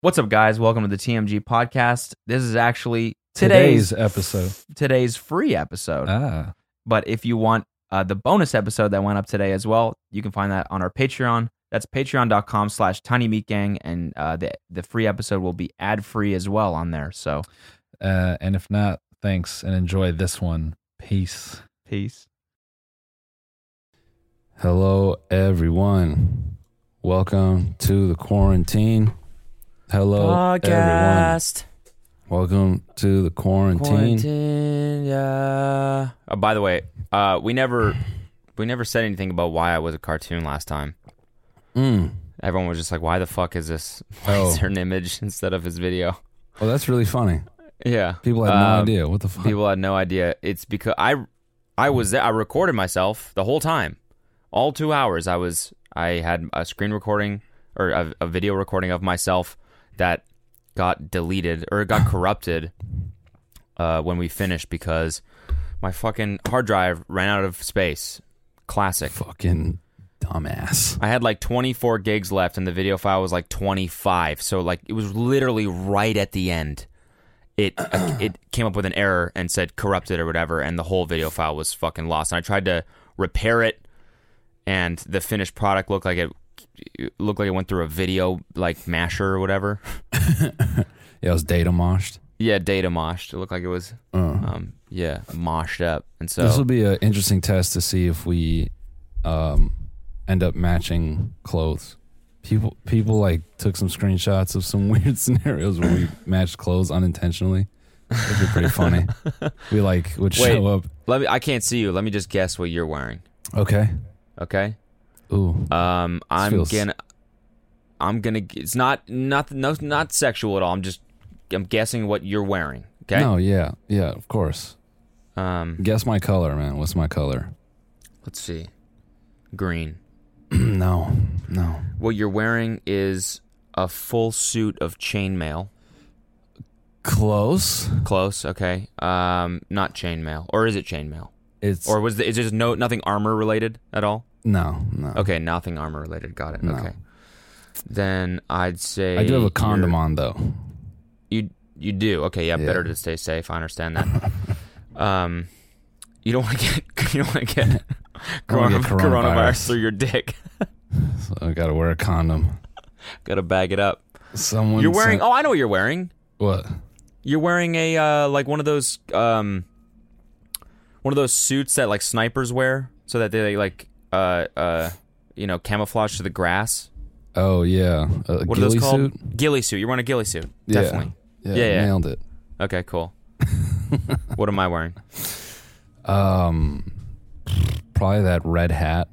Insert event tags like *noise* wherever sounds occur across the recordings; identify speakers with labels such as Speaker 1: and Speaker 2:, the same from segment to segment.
Speaker 1: What's up, guys? Welcome to the TMG podcast. This is actually today's
Speaker 2: Today's episode.
Speaker 1: today's free episode.
Speaker 2: Ah,
Speaker 1: but if you want uh, the bonus episode that went up today as well, you can find that on our Patreon. That's patreon.com slash tiny meat gang. And uh, the, the free episode will be ad free as well on there. So
Speaker 2: uh, and if not, thanks and enjoy this one. Peace.
Speaker 1: peace.
Speaker 2: Hello, everyone. Welcome to the quarantine. Hello, everyone. Welcome to the quarantine.
Speaker 3: yeah. Oh, by the way, uh, we never we never said anything about why I was a cartoon last time.
Speaker 2: Mm.
Speaker 3: Everyone was just like, "Why the fuck is this? Why
Speaker 2: Oh.
Speaker 3: is there an image instead of his video?"
Speaker 2: Oh, that's really funny.
Speaker 3: Yeah,
Speaker 2: People had no
Speaker 3: Um,
Speaker 2: idea. *laughs* What the fuck?
Speaker 3: People had no idea. It's because I I was there. I recorded myself the whole time, all two hours. I was I had a screen recording or a, a video recording of myself that got deleted or it
Speaker 2: *laughs*
Speaker 3: got corrupted uh, when we finished because my fucking hard drive ran out of space. Classic.
Speaker 2: Fucking dumbass.
Speaker 3: I had like 24 gigs left, and the video file was like 25. So like it was literally right at the end. It uh,
Speaker 2: *clears throat*
Speaker 3: it came up with an error and said corrupted or whatever, and the whole video file was fucking lost. And I tried to repair it, and the finished product looked like it, it looked like it went through a video like masher or whatever. *laughs*
Speaker 2: Yeah, I was data moshed.
Speaker 3: yeah, data moshed. It looked like it was
Speaker 2: Uh.
Speaker 3: um yeah moshed up. And
Speaker 2: This
Speaker 3: so
Speaker 2: will be an interesting test to see if we um, end up matching clothes. People, people like took some screenshots of some *laughs* weird scenarios where we matched clothes unintentionally. It'd be pretty
Speaker 3: *laughs*
Speaker 2: funny. we like would
Speaker 3: Wait.
Speaker 2: show up.
Speaker 3: let me I can't see you. Let me just guess what you're wearing.
Speaker 2: Okay.
Speaker 3: Okay.
Speaker 2: Ooh.
Speaker 3: Um, I'm
Speaker 2: feels-
Speaker 3: gonna, I'm gonna. g- It's not not no not sexual at all. I'm just, I'm guessing what you're wearing. Okay.
Speaker 2: No. Yeah. Yeah. Of course.
Speaker 3: Um,
Speaker 2: Guess my color, man. What's my color? *clears throat*
Speaker 3: let's see. Green.
Speaker 2: no. No.
Speaker 3: What you're wearing is a full suit of chainmail.
Speaker 2: Close.
Speaker 3: Close. Okay. Um, not chainmail, or is it chainmail?
Speaker 2: It's
Speaker 3: Or was the, is there no nothing armor related at all?
Speaker 2: no. No.
Speaker 3: Okay, nothing armor related. Got it.
Speaker 2: No.
Speaker 3: Okay. Then I'd say
Speaker 2: I do have a condom
Speaker 3: you're-
Speaker 2: on though.
Speaker 3: You you do okay. Yeah,
Speaker 2: Yeah.
Speaker 3: better to stay safe. I understand that. *laughs* um, you don't want to get *laughs* you don't want to get,
Speaker 2: *laughs* I
Speaker 3: corona,
Speaker 2: wanna get
Speaker 3: coronavirus.
Speaker 2: coronavirus.
Speaker 3: through your dick. *laughs*
Speaker 2: So I gotta wear a condom.
Speaker 3: Gotta bag it up.
Speaker 2: Someone.
Speaker 3: you're wearing.
Speaker 2: sent-
Speaker 3: Oh, I know what you're wearing.
Speaker 2: what?
Speaker 3: You're wearing a uh, like one of those um, one of those suits that like snipers wear, so that they like uh uh you know camouflage to the grass.
Speaker 2: Oh yeah, a
Speaker 3: What
Speaker 2: ghillie
Speaker 3: are those called?
Speaker 2: suit.
Speaker 3: Ghillie suit. You're wearing a ghillie suit.
Speaker 2: Yeah.
Speaker 3: Definitely.
Speaker 2: Yeah,
Speaker 3: Yeah, yeah.
Speaker 2: nailed it.
Speaker 3: Okay,
Speaker 2: *laughs*
Speaker 3: cool. what am I wearing?
Speaker 2: Um, probably that red hat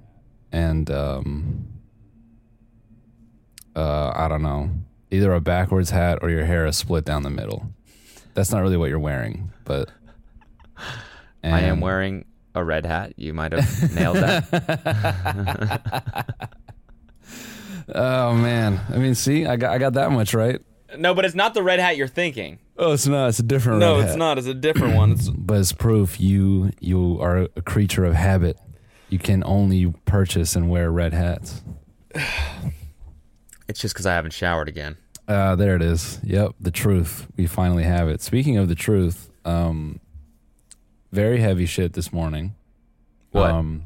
Speaker 2: and um, uh, I don't know, either a backwards hat or your hair is split down the middle. That's not really what you're wearing, but
Speaker 3: I am
Speaker 2: and-
Speaker 3: wearing a red hat. You might have nailed that.
Speaker 2: *laughs* Oh man, I mean, see, I got I got that much right.
Speaker 3: No, but it's not the red hat you're thinking.
Speaker 2: Oh, it's not. It's a different.
Speaker 3: no,
Speaker 2: red
Speaker 3: it's
Speaker 2: hat.
Speaker 3: not. It's a different one. It's
Speaker 2: But it's proof you you are a creature of habit. You can only purchase and wear red hats.
Speaker 3: it's just because I haven't showered again.
Speaker 2: Uh, there it is. Yep, the truth. We finally have it. Speaking of the truth, um, very heavy shit this morning.
Speaker 3: What?
Speaker 2: Um,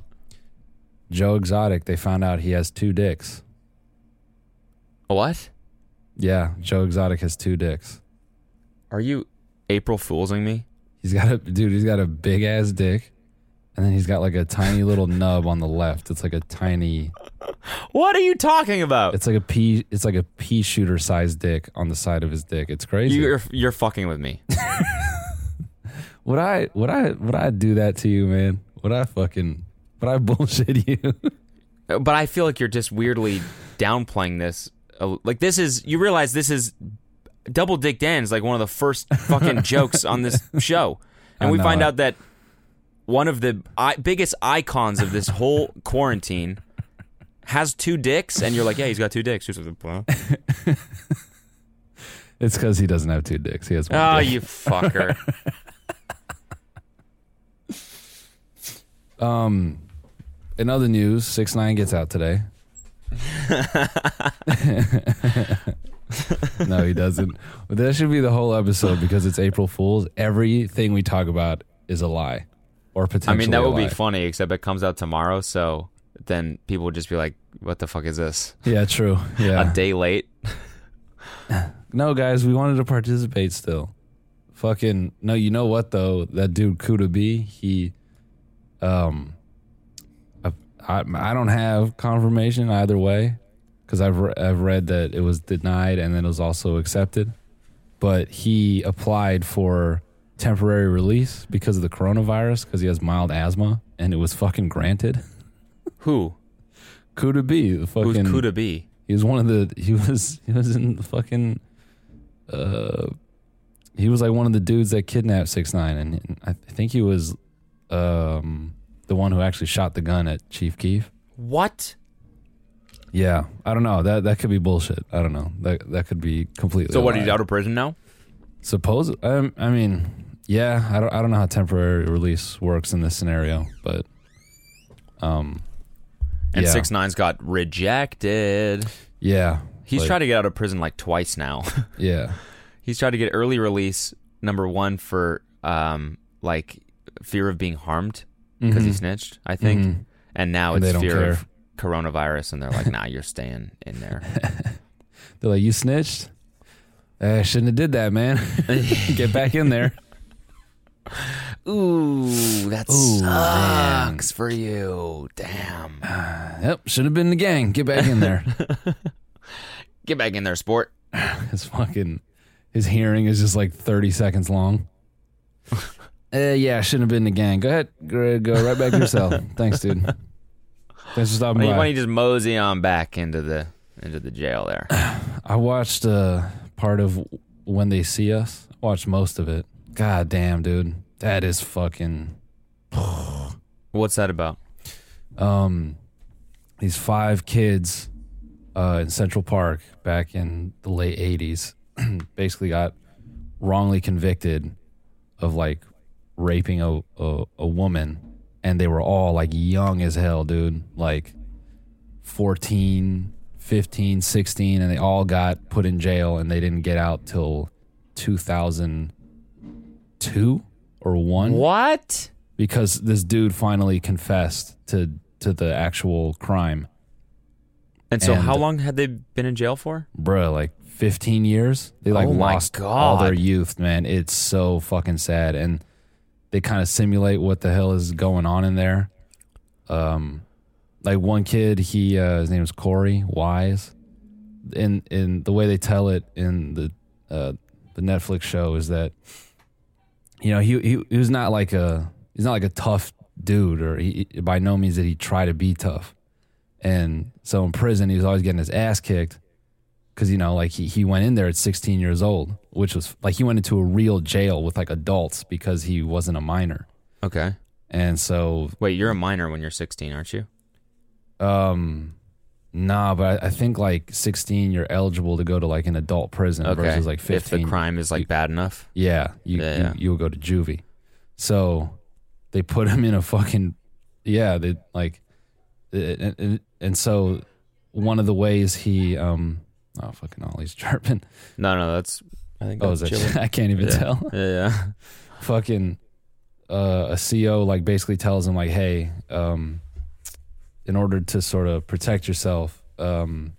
Speaker 2: Joe Exotic. They found out he has two dicks.
Speaker 3: What?
Speaker 2: Yeah, Joe Exotic has two dicks.
Speaker 3: Are you April fooling me?
Speaker 2: He's got a dude. He's got a big ass dick, and then he's got like a tiny little *laughs* nub on the left. It's like a tiny.
Speaker 3: What are you talking about?
Speaker 2: It's like a pea. It's like a pea shooter sized dick on the side of his dick. It's crazy.
Speaker 3: You're you're fucking with me.
Speaker 2: Would I would I would I do that to you, man? Would I fucking would I *laughs* bullshit you?
Speaker 3: Uh, but I feel like you're just weirdly downplaying this. Uh, Like this is you realize this is double dick Dan's like one of the first *laughs* fucking jokes on this show, and
Speaker 2: I
Speaker 3: we
Speaker 2: know
Speaker 3: find
Speaker 2: it.
Speaker 3: out that one of the I- biggest icons of this whole quarantine has two dicks, and you're like, yeah, he's got two dicks. He's like, *laughs* "Huh?"
Speaker 2: It's because he doesn't have two dicks. He has one.
Speaker 3: oh,
Speaker 2: dick.
Speaker 3: you *laughs* fucker.
Speaker 2: Um, in other news, six nine gets
Speaker 3: *laughs*
Speaker 2: out today. no, he doesn't. But that should be the whole episode because it's April Fools. Everything we talk about is a lie, or
Speaker 3: I
Speaker 2: potentially.
Speaker 3: mean, that
Speaker 2: a
Speaker 3: would be
Speaker 2: lie.
Speaker 3: funny, except it comes out tomorrow, so then people would just be like, what the fuck is this?
Speaker 2: Yeah, true. Yeah.
Speaker 3: A day late?
Speaker 2: no, guys, we wanted to participate still. Fucking no, you know what though? That dude Kuda B, he, um, I, I, I don't have confirmation either way because I've re- I've read that it was denied and then it was also accepted, but he applied for temporary release because of the coronavirus because he has mild asthma and it was fucking granted. *laughs*
Speaker 3: Who?
Speaker 2: Kuda B, the
Speaker 3: Who's
Speaker 2: fucking
Speaker 3: Kuda B?
Speaker 2: he was one of the. He was. He was in the fucking. Uh, he was like one of the dudes that kidnapped Six Nine, and I think he was, um, the one who actually shot the gun at Chief Keef.
Speaker 3: What?
Speaker 2: Yeah, I don't know. That that could be bullshit. I don't know. That that could be completely.
Speaker 3: So
Speaker 2: a
Speaker 3: what?
Speaker 2: lie.
Speaker 3: He's out of prison now.
Speaker 2: Suppose. Um, I mean, yeah. I don't. I don't know how temporary release works in this scenario, but. Um.
Speaker 3: And
Speaker 2: yeah.
Speaker 3: six nine's got rejected.
Speaker 2: Yeah.
Speaker 3: He's
Speaker 2: like,
Speaker 3: tried to get out of prison like twice now. *laughs*
Speaker 2: Yeah.
Speaker 3: He's tried to get early release. Number one for um like fear of being harmed because he
Speaker 2: Mhm.
Speaker 3: snitched, I think.
Speaker 2: Mhm.
Speaker 3: And now
Speaker 2: And
Speaker 3: it's
Speaker 2: they don't
Speaker 3: fear of coronavirus, and they're like, "Nah, you're staying in
Speaker 2: *laughs*
Speaker 3: there."
Speaker 2: They're like, "You snitched? I shouldn't have did that, man. Get back in there."
Speaker 3: Ooh, that
Speaker 2: Ooh, man.
Speaker 3: sucks for you. Damn.
Speaker 2: Yep, should have been the gang. Get back in there.
Speaker 3: Get back in there, sport.
Speaker 2: his fucking his hearing is just like thirty seconds long. Uh, yeah, shouldn't have been the gang. Go ahead, go, go right back to your cell. Thanks, dude. Thanks for stopping
Speaker 3: Why
Speaker 2: by.
Speaker 3: don't Oh, you just mosey on back into the into the jail there?
Speaker 2: I watched uh, part of When They See Us. I watched most of it. God damn, dude, that is fucking.
Speaker 3: What's that about?
Speaker 2: um, these five kids uh, in Central Park back in the late 80s *clears throat* basically got wrongly convicted of like raping a, a, a woman. And they were all like young as hell, dude. Like 14, 15, 16. And they all got put in jail and they didn't get out till 2002 or one
Speaker 3: What?
Speaker 2: because this dude finally confessed to to the actual crime,
Speaker 3: And so,
Speaker 2: And-
Speaker 3: how long had they been in jail for?
Speaker 2: bruh. Like fifteen years, they like
Speaker 3: Oh my
Speaker 2: lost all their
Speaker 3: God.
Speaker 2: youth, man. It's so fucking sad, and they kind of simulate what the hell is going on in there. Um, like one kid, he uh, his name is Corey Wise. In in the way they tell it in the uh, the Netflix show is that you know he he, he was not like a he's not like a tough dude or he he- by no means did he try to be tough and so in prison he was always getting his ass kicked because you know like he, he went in there at 16 years old which was like he went into a real jail with like adults because he wasn't a minor
Speaker 3: Okay.
Speaker 2: and so
Speaker 3: Wait, you're a minor when you're 16, aren't you?
Speaker 2: um nah but i, I think like 16 you're eligible to go to like an adult prison
Speaker 3: Okay.
Speaker 2: versus like
Speaker 3: if
Speaker 2: 15
Speaker 3: the crime is like bad enough.
Speaker 2: Yeah, you
Speaker 3: Yeah,
Speaker 2: you,
Speaker 3: yeah.
Speaker 2: you would go to juvie. So they put him in a fucking yeah. They like and, and, and so one of the ways he um oh fucking Ollie's *laughs* chirping.
Speaker 3: No, no, that's. I think
Speaker 2: Oh, is *laughs* that I can't even tell.
Speaker 3: Yeah, yeah.
Speaker 2: fucking uh, a CO like basically tells him like, hey, um, in order to sort of protect yourself, um,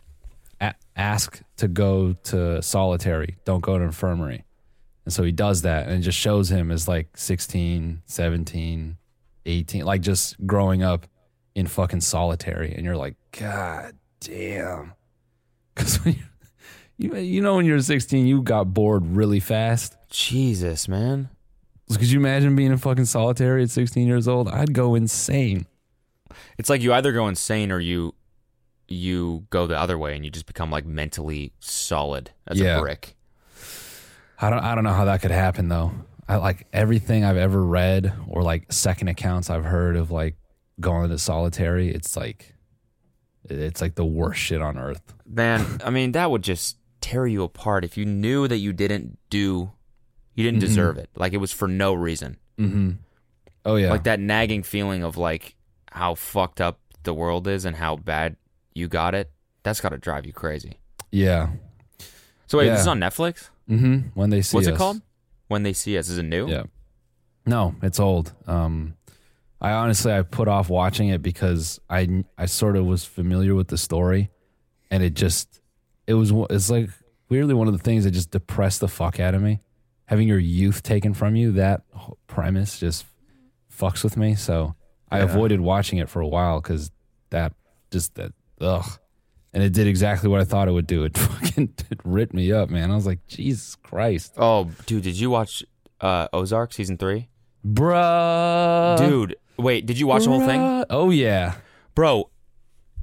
Speaker 2: a- ask to go to solitary. Don't go to infirmary. And so he does that and it just shows him as like 16, 17, 18, like just growing up in fucking solitary. And you're like, God damn. Cause when you, you, you know, when you're 16, you got bored really fast.
Speaker 3: Jesus, man.
Speaker 2: Could you imagine being in fucking solitary at 16 years old? I'd go insane.
Speaker 3: It's like you either go insane or you you go the other way and you just become like mentally solid as
Speaker 2: Yeah.
Speaker 3: a brick.
Speaker 2: I don't I don't know how that could happen though. I like everything I've ever read or like second accounts I've heard of like going into solitary, it's like it's like the worst shit on earth.
Speaker 3: Man, I mean, that would just tear you apart if you knew that you didn't do, you didn't deserve it. Like it was for no reason.
Speaker 2: Mm-hmm. Oh yeah.
Speaker 3: Like that nagging feeling of like how fucked up the world is and how bad you got it. That's got to drive you crazy.
Speaker 2: Yeah.
Speaker 3: So wait, this
Speaker 2: Yeah.
Speaker 3: is on Netflix.
Speaker 2: Mm-hmm. When they see
Speaker 3: What's it
Speaker 2: us.
Speaker 3: called? When they see us, is it new?
Speaker 2: Yeah. No, it's old. Um, I honestly I put off watching it because I I sort of was familiar with the story, and it just it was one- it's like weirdly one of the things that just depressed the fuck out of me. Having your youth taken from you, that whole premise just fucks with me. So I avoided watching it for a while because that just that ugh. And it did exactly what I thought it would do. It *laughs* fucking it ripped me up, man. I was like, Jesus Christ,
Speaker 3: Oh, dude, did you watch uh, Ozark season three?
Speaker 2: bruh.
Speaker 3: dude, wait, did you watch the whole thing,
Speaker 2: Uh. Bruh. Oh yeah.
Speaker 3: bro?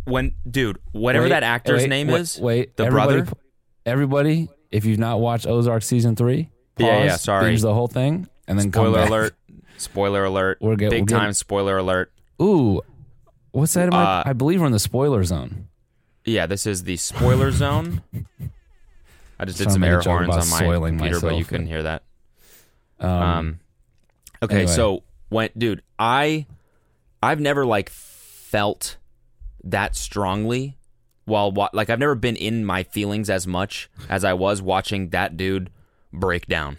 Speaker 3: When, dude, whatever
Speaker 2: Wait,
Speaker 3: that actor's
Speaker 2: wait,
Speaker 3: name
Speaker 2: wait,
Speaker 3: is,
Speaker 2: Wait,
Speaker 3: the
Speaker 2: everybody,
Speaker 3: brother.
Speaker 2: Everybody, if you've not watched Ozark season three, pause,
Speaker 3: Yeah, yeah, sorry.
Speaker 2: binge the whole thing, and then come
Speaker 3: Spoiler
Speaker 2: back.
Speaker 3: alert! Spoiler alert!
Speaker 2: We're get-
Speaker 3: Big
Speaker 2: we're getting-
Speaker 3: time spoiler alert!
Speaker 2: Ooh, what's that? About?
Speaker 3: Uh,
Speaker 2: I believe we're in the spoiler zone.
Speaker 3: Yeah, this is the
Speaker 2: *laughs*
Speaker 3: spoiler zone. I just did
Speaker 2: Sound
Speaker 3: some
Speaker 2: like a
Speaker 3: air
Speaker 2: joke
Speaker 3: horns
Speaker 2: about
Speaker 3: on my
Speaker 2: soiling
Speaker 3: computer, but
Speaker 2: myself,
Speaker 3: you couldn't
Speaker 2: but-
Speaker 3: hear that.
Speaker 2: Um,
Speaker 3: Um, okay,
Speaker 2: anyway.
Speaker 3: so when, dude, I, I've never like felt that strongly while wa- like I've never been in my feelings as much as I was watching that dude break down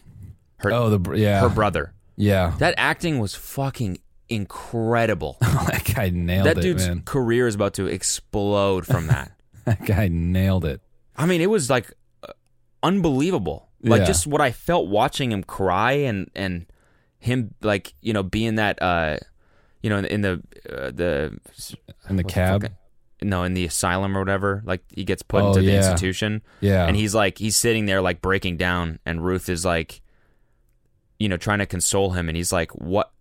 Speaker 3: her
Speaker 2: oh, the br- yeah,
Speaker 3: her brother.
Speaker 2: yeah. *laughs*
Speaker 3: That acting was fucking incredible.
Speaker 2: that guy *laughs* nailed
Speaker 3: that
Speaker 2: it,
Speaker 3: dude's
Speaker 2: man. *laughs*
Speaker 3: career is about to explode from that.
Speaker 2: That guy nailed it.
Speaker 3: I mean, it was like uh, unbelievable. Like
Speaker 2: Yeah.
Speaker 3: just what I felt watching him cry and and him like you know being that uh you know in, in the uh, the what
Speaker 2: In the
Speaker 3: the
Speaker 2: cab,
Speaker 3: fuck- no in the asylum or whatever like he gets put
Speaker 2: Oh,
Speaker 3: into the
Speaker 2: yeah.
Speaker 3: institution
Speaker 2: yeah,
Speaker 3: and he's like he's sitting there like breaking down and Ruth is like you know trying to console him and he's like what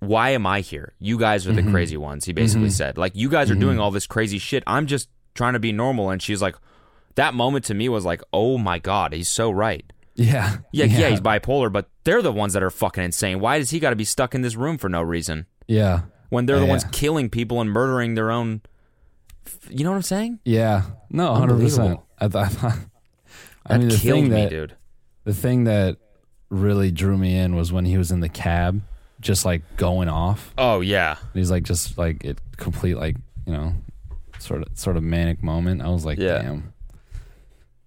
Speaker 3: why am I here? You guys are the
Speaker 2: Mm-hmm.
Speaker 3: crazy ones, he basically said. Like you guys are doing all this crazy shit. I'm just trying to be normal and she's like that moment to me was like, "Oh my god, he's so right."
Speaker 2: yeah,
Speaker 3: Yeah, yeah, he's bipolar, but they're the ones that are fucking insane. Why does he got to be stuck in this room for no reason
Speaker 2: yeah,
Speaker 3: when they're the
Speaker 2: Yeah.
Speaker 3: ones killing people and murdering their own You know what I'm saying?
Speaker 2: yeah. No, hundred percent.
Speaker 3: Unbelievable.
Speaker 2: I thought. I thought- I
Speaker 3: That
Speaker 2: mean, the
Speaker 3: killed
Speaker 2: thing
Speaker 3: me,
Speaker 2: that
Speaker 3: dude.
Speaker 2: The thing that really drew me in was when he was in the cab, just like going off.
Speaker 3: Oh yeah.
Speaker 2: And he's like, just like it complete, like you know, sort of sort of manic moment. I was like,
Speaker 3: Yeah.
Speaker 2: damn,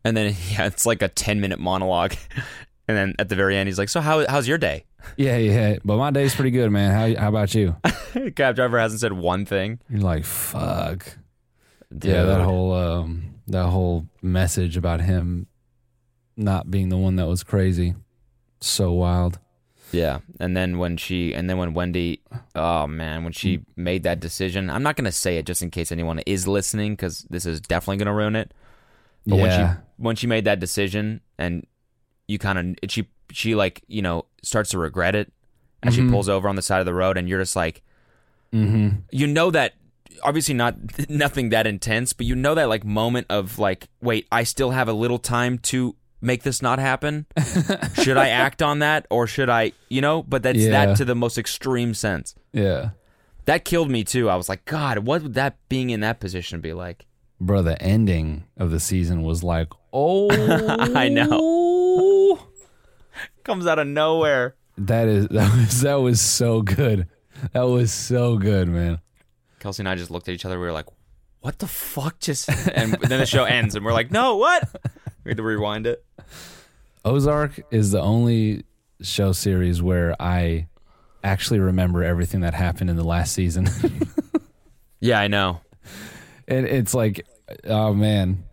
Speaker 3: And then *laughs* yeah, it's like a ten minute monologue, *laughs* and then at the very end he's like, "So how how's your day?" *laughs*
Speaker 2: yeah, yeah. But my day's pretty good, man. How how about you?
Speaker 3: Cab driver hasn't said one thing.
Speaker 2: You're like, fuck. Yeah, that whole um, that whole message about him not being the one that was crazy, so wild.
Speaker 3: yeah. And then when she and then when Wendy, oh man, when
Speaker 2: Hmm.
Speaker 3: she made that decision, I'm not gonna say it just in case anyone is listening because this is definitely gonna ruin it. But when
Speaker 2: yeah,
Speaker 3: she when she made that decision and you kind of she she like you know starts to regret it, and she
Speaker 2: Mhm.
Speaker 3: pulls over on the side of the road, and you're just like,
Speaker 2: hmm
Speaker 3: you know that obviously not *laughs* nothing that intense, but you know that like moment of like, wait, I still have a little time to make this not
Speaker 2: *laughs*
Speaker 3: happen. should I act on that or should I, you know? But that's
Speaker 2: Yeah.
Speaker 3: that to the most extreme sense.
Speaker 2: yeah,
Speaker 3: That killed me too. I was like, God, what would that being in that position be like?
Speaker 2: bro. The ending of the season
Speaker 3: *laughs*
Speaker 2: was like, *laughs* oh,
Speaker 3: I know. Comes out of nowhere.
Speaker 2: That is *laughs* that was that was so good. That was so good, man.
Speaker 3: Kelsey and I just looked at each other. We were like, what the fuck *laughs* just. And then the show ends, and we're like, no, what? We had to rewind it.
Speaker 2: Ozark is the only show series where I actually remember everything that happened in the last season. *laughs*
Speaker 3: Yeah, I know.
Speaker 2: and it's like, oh man,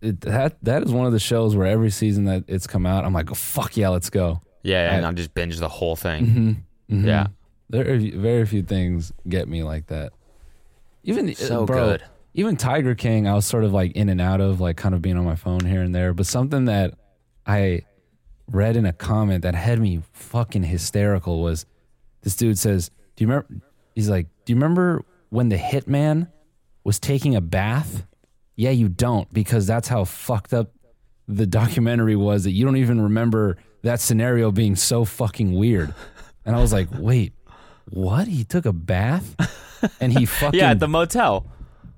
Speaker 2: it, that that is one of the shows where every season that it's come out, I'm like, "Oh, fuck yeah, let's go.
Speaker 3: Yeah, and I just binge the whole thing.
Speaker 2: Mhm.
Speaker 3: Yeah.
Speaker 2: There are very few things get me like that. Even uh,
Speaker 3: So
Speaker 2: bro,
Speaker 3: good.
Speaker 2: Even Tiger King, I was sort of like in and out of, like kind of being on my phone here and there. But something that I read in a comment that had me fucking hysterical was this dude says, "Do you remember?" He's like, "Do you remember when the hitman was taking a bath?" Yeah, you don't because that's how fucked up the documentary was that you don't even remember that scenario being so fucking weird. And I was like, wait, what? He took a bath and
Speaker 3: *laughs*
Speaker 2: he fucking
Speaker 3: Yeah, at the motel.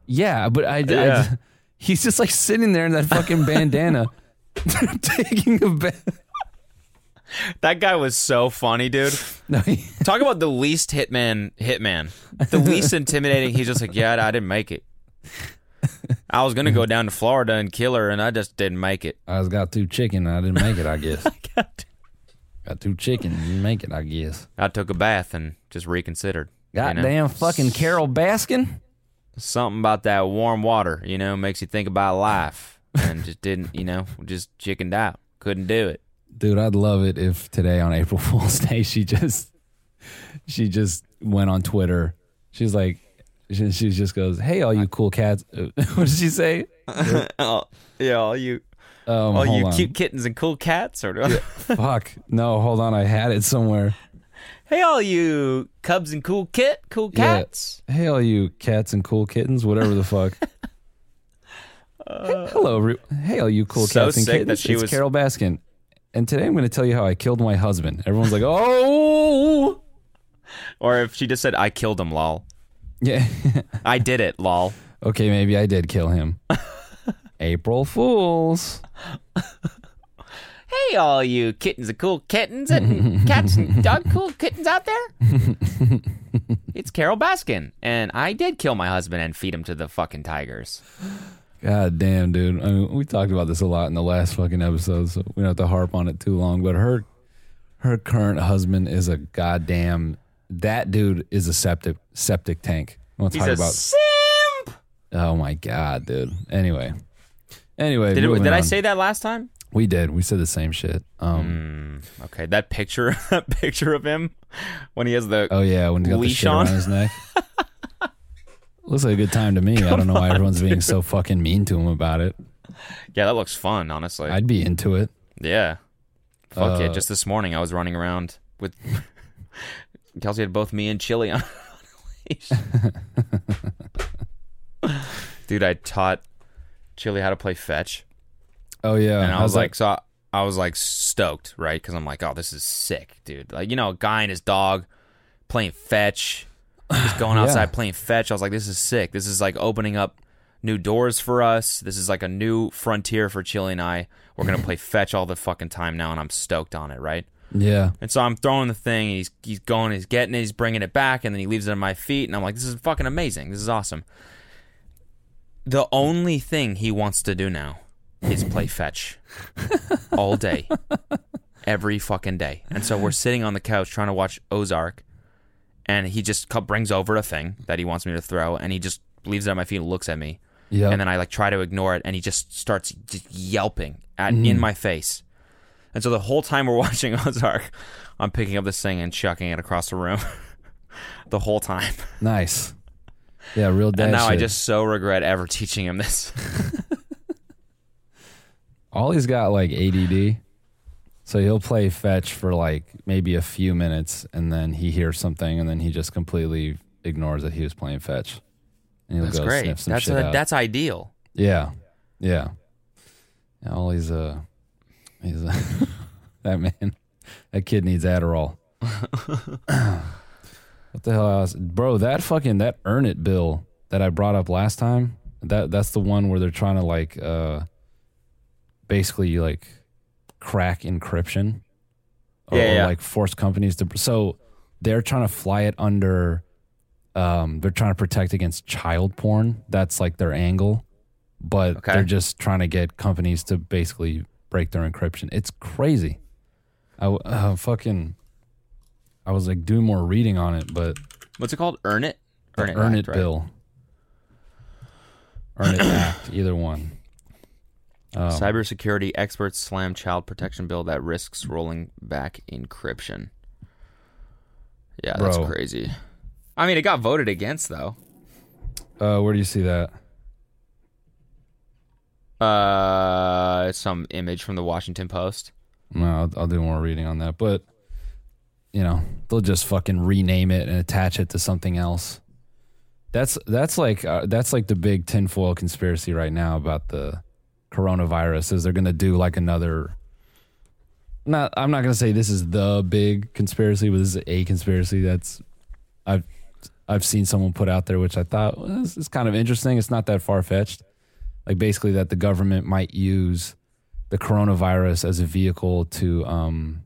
Speaker 2: yeah, but I, I-
Speaker 3: Yeah.
Speaker 2: he's just like sitting there in that fucking bandana *laughs* taking a bath.
Speaker 3: That guy was so funny, dude.
Speaker 2: No, he-
Speaker 3: Talk about the least hitman, hitman. The least intimidating. He's just like, yeah, I didn't make it. I was gonna go down to Florida and kill her, and I just didn't make it.
Speaker 2: I was got two chicken and I didn't make it, I guess. got two chicken and didn't make it, I guess.
Speaker 3: I took a bath and just reconsidered. you know?
Speaker 2: Goddamn fucking Carol Baskin.
Speaker 3: something about that warm water, you know, makes you think about
Speaker 2: *laughs*
Speaker 3: life and just didn't, you know, just chickened out. Couldn't do it.
Speaker 2: Dude, I'd love it if today on April *laughs* Fool's Day she just she just went on Twitter. She's like she, she just goes, "Hey, all you cool cats." *laughs* what did she say?
Speaker 3: *laughs* oh, yeah, all you,
Speaker 2: Um,
Speaker 3: all
Speaker 2: hold
Speaker 3: you
Speaker 2: on.
Speaker 3: *laughs* cute kittens and cool cats, or
Speaker 2: Fuck. No, hold on. I had it somewhere.
Speaker 3: *laughs* hey, all you cubs and cool kit, cool
Speaker 2: Yeah.
Speaker 3: cats.
Speaker 2: Hey, all you cats and cool kittens, whatever
Speaker 3: *laughs*
Speaker 2: the fuck. Hello, re- hey, all you cool
Speaker 3: So
Speaker 2: cats and
Speaker 3: sick that
Speaker 2: kittens.
Speaker 3: she
Speaker 2: it's
Speaker 3: was-
Speaker 2: Carol Baskin, and today I'm going to tell you how I killed my husband. Everyone's like, "Oh, *laughs*
Speaker 3: Or if she just said, "I killed him," lol.
Speaker 2: yeah, *laughs*
Speaker 3: I did it, lol.
Speaker 2: okay, maybe I did
Speaker 3: *laughs*
Speaker 2: kill him." April Fools.
Speaker 3: Hey, all you kittens and cool kittens and cats
Speaker 2: *laughs*
Speaker 3: and dog cool kittens out there. it's Carol Baskin, and I did kill my husband and feed him to the fucking tigers.
Speaker 2: God damn, dude. I mean, we talked about this a lot in the last fucking episode, so we don't have to harp on it too long. But her, her current husband is a goddamn. That dude is a septic septic tank. I want to
Speaker 3: He's
Speaker 2: talk
Speaker 3: a
Speaker 2: about.
Speaker 3: simp.
Speaker 2: Oh my god, dude. Anyway, anyway.
Speaker 3: Did, it,
Speaker 2: moving
Speaker 3: did I
Speaker 2: on.
Speaker 3: say Hmm. that last time?
Speaker 2: we did? We said the same shit. Um.
Speaker 3: Okay, that picture, *laughs* that picture of him when he has the
Speaker 2: Oh yeah, when he got the
Speaker 3: Leash
Speaker 2: shit
Speaker 3: on?
Speaker 2: around
Speaker 3: *laughs*
Speaker 2: his neck. Looks like a good time to me. I don't know why everyone's
Speaker 3: *laughs*
Speaker 2: being so fucking mean to him about it.
Speaker 3: yeah, that looks fun. Honestly,
Speaker 2: I'd be into it.
Speaker 3: yeah, fuck yeah.
Speaker 2: Uh,
Speaker 3: Just this morning, I was running around with *laughs* Kelsey had both me and Chili on. a leash. Dude, I taught Chili how to play fetch,
Speaker 2: Oh yeah,
Speaker 3: and I
Speaker 2: how's
Speaker 3: was
Speaker 2: that-
Speaker 3: like, so I, I was like stoked, right? Because I'm like, oh, this is sick, dude. Like, you know, a guy and his dog playing fetch,
Speaker 2: *sighs*
Speaker 3: just going
Speaker 2: Yeah.
Speaker 3: outside playing fetch. I was like, this is sick. This is like opening up new doors for us. This is like a new frontier for Chili and I. We're
Speaker 2: *laughs*
Speaker 3: gonna play fetch all the fucking time now, and I'm stoked on it, right?
Speaker 2: yeah.
Speaker 3: And so I'm throwing the thing, and he's he's going, he's getting it, he's bringing it back, and then he leaves it at my feet, and I'm like, this is fucking amazing. This is awesome. The only thing he wants to do now is play fetch all day, every fucking day. And so we're sitting on the couch trying to watch Ozark, and he just co- brings over a thing that he wants me to throw, and he just leaves it at my feet and looks at me,
Speaker 2: Yeah.
Speaker 3: and then I like try to ignore it, and he just starts just yelping at in my face. And so the whole time we're *laughs* watching Ozark, I'm picking up this thing and chucking it across the room. *laughs* the whole time,
Speaker 2: Nice. Yeah, real dad.
Speaker 3: and now I
Speaker 2: shit.
Speaker 3: just so regret ever teaching him this. *laughs*
Speaker 2: Ollie's got like ADD, so he'll play fetch for like maybe a few minutes, and then he hears something, and then he just completely ignores that he was playing fetch, and he'll
Speaker 3: That's
Speaker 2: go
Speaker 3: great.
Speaker 2: sniff some
Speaker 3: That's
Speaker 2: shit
Speaker 3: a,
Speaker 2: out.
Speaker 3: that's ideal.
Speaker 2: yeah, yeah. yeah Ollie's a he's a *laughs* that man. That kid
Speaker 3: *laughs*
Speaker 2: needs Adderall. what the hell else, bro? That fucking that earn it bill that I brought up last time. That that's the one where they're trying to like uh basically like crack encryption or,
Speaker 3: Yeah, yeah.
Speaker 2: like force companies to so they're trying to fly it under um they're trying to protect against child porn that's like their angle but
Speaker 3: Okay.
Speaker 2: they're just trying to get companies to basically break their encryption it's crazy i w- uh, fucking i was like doing more reading on it but
Speaker 3: What's it called? Earn it.
Speaker 2: the earn it bill earn it *coughs* act either one
Speaker 3: Oh.
Speaker 2: Um,
Speaker 3: Cybersecurity experts slam child protection bill that risks rolling back encryption. Yeah, that's
Speaker 2: Bro.
Speaker 3: crazy. I mean, it got voted against though.
Speaker 2: uh where do you see that
Speaker 3: Uh, some image from the Washington Post.
Speaker 2: No, I'll, I'll do more reading on that. But you know, they'll just fucking rename it and attach it to something else. That's that's like uh, that's like the big tinfoil conspiracy right now about the coronavirus is they're gonna do like another not I'm not gonna say this is the big conspiracy, but this is a conspiracy that's I've I've seen someone put out there, which I thought well, this is kind of interesting. It's not that far fetched. Like basically that the government might use the coronavirus as a vehicle to um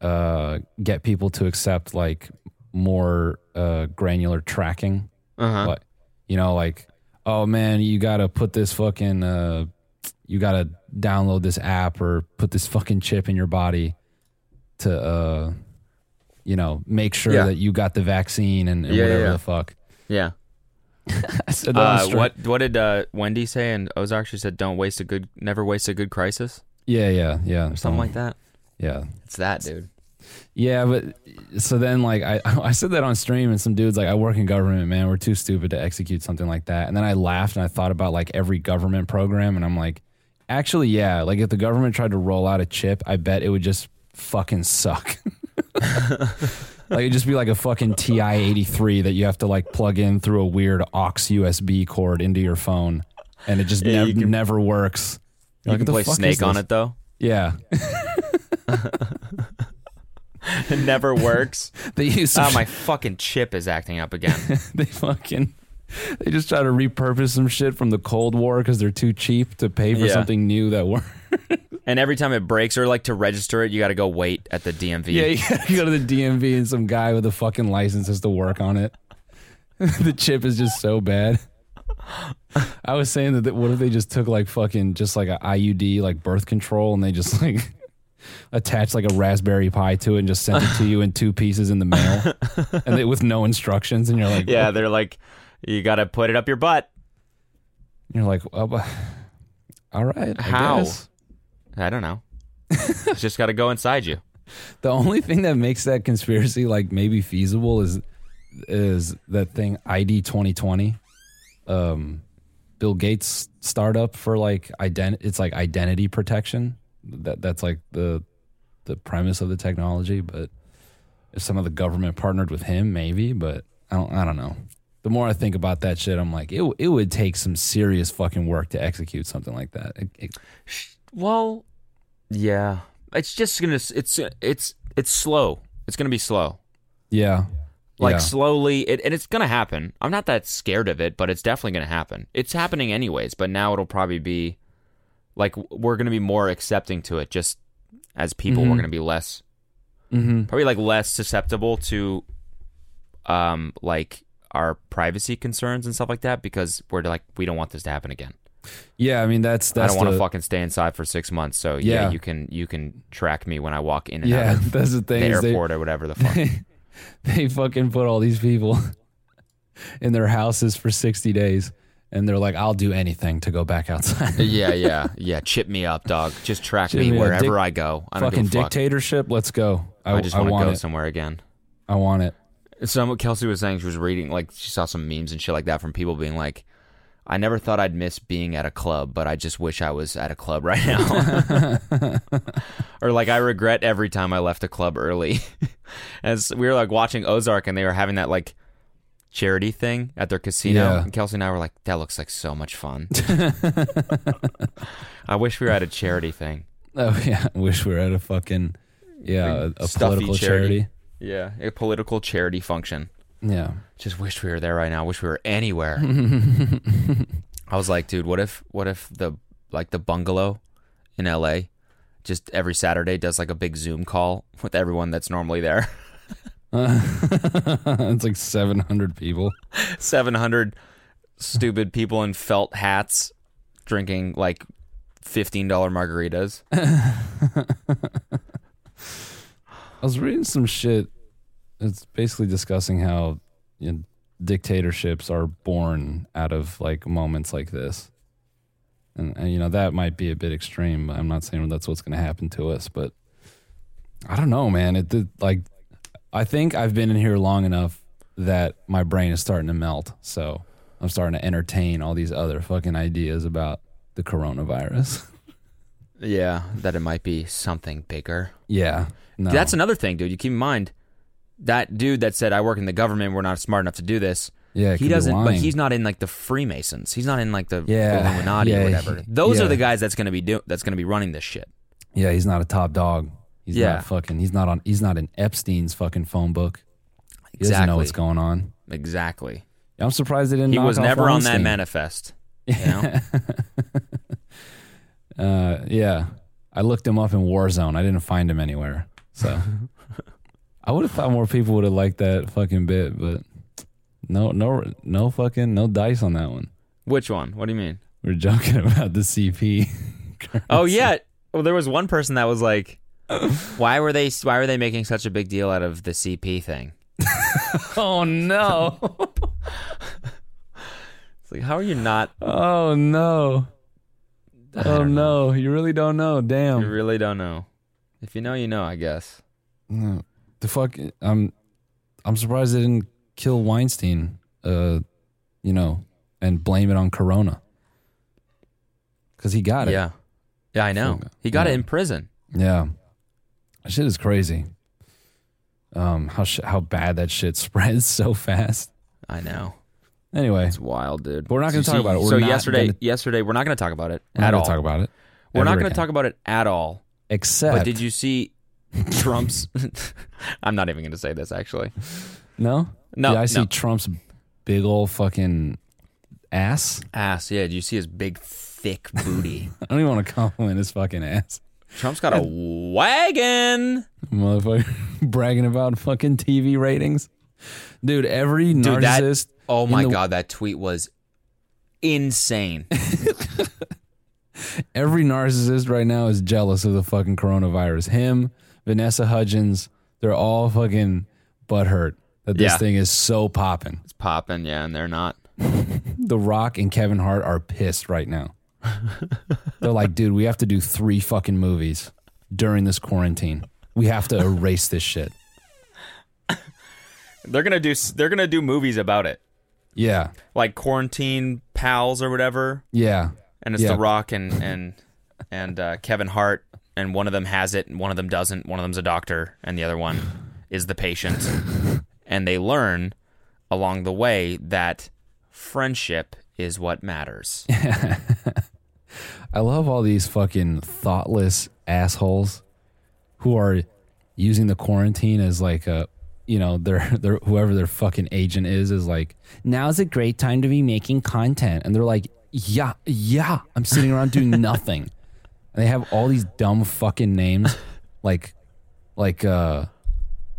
Speaker 2: uh get people to accept like more uh granular tracking.
Speaker 3: Uh-huh.
Speaker 2: But you know, like, oh man, you gotta put this fucking uh you gotta download this app or put this fucking chip in your body to uh you know make sure
Speaker 3: Yeah.
Speaker 2: that you got the vaccine and, and
Speaker 3: Yeah, yeah,
Speaker 2: whatever
Speaker 3: yeah. *laughs*
Speaker 2: the fuck
Speaker 3: Yeah.
Speaker 2: I said that was
Speaker 3: Uh,
Speaker 2: straight-
Speaker 3: what what did uh, Wendy say? And Ozark, she said, "Don't waste a good, never waste a good crisis,"
Speaker 2: yeah yeah yeah
Speaker 3: or something like that.
Speaker 2: yeah
Speaker 3: It's that, dude.
Speaker 2: yeah but so then like i *laughs* i said that on stream and some dudes like i work in government man we're too stupid to execute something like that and then i laughed and i thought about like every government program and i'm like actually yeah like if the government tried to roll out a chip i bet it would just fucking suck *laughs* Like it'd just be like a fucking TI eighty three that you have to like plug in through a weird aux USB cord into your phone, and it just
Speaker 3: Yeah,
Speaker 2: nev-
Speaker 3: you can-
Speaker 2: never works.
Speaker 3: You
Speaker 2: Like,
Speaker 3: can
Speaker 2: what the
Speaker 3: play
Speaker 2: fuck is
Speaker 3: Snake on
Speaker 2: this?
Speaker 3: it *laughs* though.
Speaker 2: Yeah, *laughs*
Speaker 3: It never works.
Speaker 2: they use some
Speaker 3: *laughs* oh, my fucking chip is acting up again.
Speaker 2: *laughs* they fucking they just try to repurpose some shit from the Cold War because they're too cheap to pay for
Speaker 3: Yeah.
Speaker 2: something new
Speaker 3: *laughs*
Speaker 2: that works.
Speaker 3: *laughs* and every time it breaks, or like to register it, you got to go wait at the DMV.
Speaker 2: Yeah, *laughs* you gotta go to the DMV and some guy with a fucking license has to work on it. *laughs* the chip is just so bad. *laughs* I was saying that, that what if they just took like fucking just like a IUD like birth control and they just *laughs* like attached like a Raspberry Pi to it and just sent it to you in two pieces in the
Speaker 3: *laughs*
Speaker 2: mail and they, with no instructions and you're like
Speaker 3: *laughs* Yeah, they're like, you got to put it up your butt.
Speaker 2: you're like oh, but- all right I
Speaker 3: How?
Speaker 2: guess."
Speaker 3: I don't *laughs* know. it's just got to go inside you.
Speaker 2: The only thing that makes that conspiracy like maybe feasible is is that thing ID 2020. Um Bill Gates startup for like ident it's like identity protection. That that's like the the premise of the technology, but if some of the government partnered with him maybe, but I don't I don't know. The more I think about that shit, I'm like it w- it would take some serious fucking work to execute something like that. It- it-
Speaker 3: Well, yeah. It's just gonna. It's it's it's slow. It's gonna be slow.
Speaker 2: yeah.
Speaker 3: like
Speaker 2: Yeah.
Speaker 3: slowly it, and it's gonna happen i'm not that scared of it but it's definitely gonna happen it's happening anyways but now it'll probably be like w- we're gonna be more accepting to it just as people we're
Speaker 2: Mhm.
Speaker 3: gonna be less
Speaker 2: Mhm.
Speaker 3: probably like less susceptible to um like our privacy concerns and stuff like that because we're like we don't want this to happen again
Speaker 2: Yeah, I mean that's that's
Speaker 3: i don't want to
Speaker 2: the-
Speaker 3: fucking stay inside for six months so yeah.
Speaker 2: Yeah.
Speaker 3: you can you can track me when i walk in and
Speaker 2: *laughs* Yeah, *laughs*
Speaker 3: out of
Speaker 2: that's the
Speaker 3: the
Speaker 2: thing. is they-
Speaker 3: airport or whatever the
Speaker 2: *laughs*
Speaker 3: fuck
Speaker 2: they fucking put all these people *laughs* in their houses for 60 days and they're like i'll do anything to go back outside *laughs*
Speaker 3: yeah, yeah, yeah. Chip me up, dog. Just track
Speaker 2: Chip
Speaker 3: me
Speaker 2: me up.
Speaker 3: wherever
Speaker 2: Dic-
Speaker 3: I go. I don't
Speaker 2: fucking
Speaker 3: give a fuck.
Speaker 2: dictatorship let's go i,
Speaker 3: I just
Speaker 2: I
Speaker 3: want to
Speaker 2: want
Speaker 3: go
Speaker 2: it
Speaker 3: somewhere again.
Speaker 2: i want it *laughs*
Speaker 3: Some Kelsey was saying she was reading, like she saw some memes and shit like that from people being like, "I never thought I'd miss being at a club, but I just wish I was at a club right now." *laughs* or like, I regret every time I left a club early. *laughs* As we were like watching Ozark, and they were having that like charity thing at their casino,
Speaker 2: Yeah.
Speaker 3: and Kelsey and I were like, "That looks like so much fun." *laughs* I wish we were at a charity thing.
Speaker 2: oh yeah *laughs* i wish we were at a fucking yeah a, a
Speaker 3: Stuffy
Speaker 2: political
Speaker 3: charity.
Speaker 2: charity.
Speaker 3: Yeah, a political charity function.
Speaker 2: yeah *laughs*
Speaker 3: Just wish we were there right now. Wish we were anywhere. I was like, dude, what if what if the like the bungalow in LA just every Saturday does like a big Zoom call with everyone that's normally there. *laughs*
Speaker 2: it's like 700 people
Speaker 3: 700 stupid people in felt hats drinking like $15 margaritas.
Speaker 2: I was reading some shit. It's basically discussing how you know, dictatorships are born out of like moments like this, and, and you know that might be a bit extreme. But I'm not saying that's what's going to happen to us, but I don't know, man. It did, like I think I've been in here long enough that my brain is starting to melt. So I'm starting to entertain all these other fucking ideas about the coronavirus. *laughs*
Speaker 3: Yeah, that it might be something bigger.
Speaker 2: yeah, no.
Speaker 3: That's another thing, dude. You keep in mind that dude that said I work in the government, we're not smart enough to do this.
Speaker 2: yeah. it could
Speaker 3: he
Speaker 2: be
Speaker 3: doesn't but
Speaker 2: lying.
Speaker 3: he's not in like the freemasons he's not in like the
Speaker 2: Yeah,
Speaker 3: illuminati or
Speaker 2: yeah,
Speaker 3: whatever
Speaker 2: he-
Speaker 3: those are
Speaker 2: yeah.
Speaker 3: the guys that's going to be do- that's going to be running this shit
Speaker 2: Yeah, he's not a top dog. He's
Speaker 3: Yeah.
Speaker 2: not fucking. He's not on. He's not in Epstein's fucking phone book. He doesn't know what's going on.
Speaker 3: Exactly.
Speaker 2: I'm surprised they didn't.
Speaker 3: He
Speaker 2: knock
Speaker 3: was
Speaker 2: off
Speaker 3: never on that
Speaker 2: Weinstein.
Speaker 3: manifest. You know?
Speaker 2: *laughs* Uh, yeah, I looked him up in Warzone. I didn't find him anywhere. So
Speaker 3: *laughs*
Speaker 2: I would have thought more people would have liked that fucking bit, but no, no, no fucking no dice on that one.
Speaker 3: Which one? What do you mean?
Speaker 2: We We're joking *laughs* about the CP.
Speaker 3: Oh yeah. Well, there was one person that was
Speaker 2: *laughs*
Speaker 3: like, "Why were they? Why were they making such a big deal out of the CP thing?"
Speaker 2: *laughs*
Speaker 3: *laughs*
Speaker 2: oh no!
Speaker 3: It's like, how are you not?
Speaker 2: Oh no! Oh no! You really don't know. Damn.
Speaker 3: You really don't know. If you know, you know. I guess.
Speaker 2: No. The fuck I'm I'm surprised they didn't kill Weinstein uh you know and blame it on corona. Cuz he got it.
Speaker 3: Yeah. Yeah, I know. He got it
Speaker 2: Yeah.
Speaker 3: in prison.
Speaker 2: Yeah. That shit is crazy. Um how sh- how bad that shit *laughs* spreads so fast.
Speaker 3: I know.
Speaker 2: Anyway,
Speaker 3: It's wild, dude.
Speaker 2: But we're not gonna
Speaker 3: So
Speaker 2: talk
Speaker 3: you-
Speaker 2: about it. We're
Speaker 3: so
Speaker 2: not
Speaker 3: yesterday,
Speaker 2: gonna-
Speaker 3: yesterday, we're not going to talk about it
Speaker 2: we're not
Speaker 3: at
Speaker 2: going
Speaker 3: all.
Speaker 2: to talk about it.
Speaker 3: we're not going to
Speaker 2: to
Speaker 3: talk about it at all.
Speaker 2: except
Speaker 3: But did you see Trump's? *laughs* I'm not even going to say this actually.
Speaker 2: No?
Speaker 3: No,
Speaker 2: Did I see
Speaker 3: no.
Speaker 2: Trump's big old fucking ass? *laughs*
Speaker 3: Ass. Yeah. Did you see his big, thick booty?
Speaker 2: I don't even want to compliment his fucking ass.
Speaker 3: Trump's got a wagon.
Speaker 2: motherfucker *laughs* bragging about fucking TV ratings. Dude, every
Speaker 3: Dude, that-
Speaker 2: narcissist.
Speaker 3: Oh
Speaker 2: in
Speaker 3: my
Speaker 2: the-
Speaker 3: god, that tweet was
Speaker 2: *laughs*
Speaker 3: insane.
Speaker 2: Every narcissist right now is jealous of the fucking coronavirus. Him, Vanessa Hudgens, they're all fucking butthurt that this
Speaker 3: Yeah.
Speaker 2: thing is so popping.
Speaker 3: it's popping, yeah, and they're not.
Speaker 2: The Rock and Kevin Hart are pissed
Speaker 3: *laughs*
Speaker 2: right now. they're like, dude, we have to do three fucking movies during this quarantine. We have to erase this shit.
Speaker 3: They're gonna do. They're gonna do movies about it,
Speaker 2: Yeah.
Speaker 3: like quarantine pals or whatever.
Speaker 2: Yeah.
Speaker 3: And it's
Speaker 2: Yeah.
Speaker 3: The Rock and and and uh, Kevin Hart, and one of them has it, and one of them doesn't. One of them's a doctor, and the other one is the patient. and they learn along the way that friendship is what *laughs* matters.
Speaker 2: I love all these fucking thoughtless assholes who are using the quarantine as like a, you know, their *laughs* their whoever their fucking agent is is like, now's a great time to be making content, and they're like, yeah, yeah, I'm sitting around doing nothing, and they have all these dumb fucking names, like, like uh,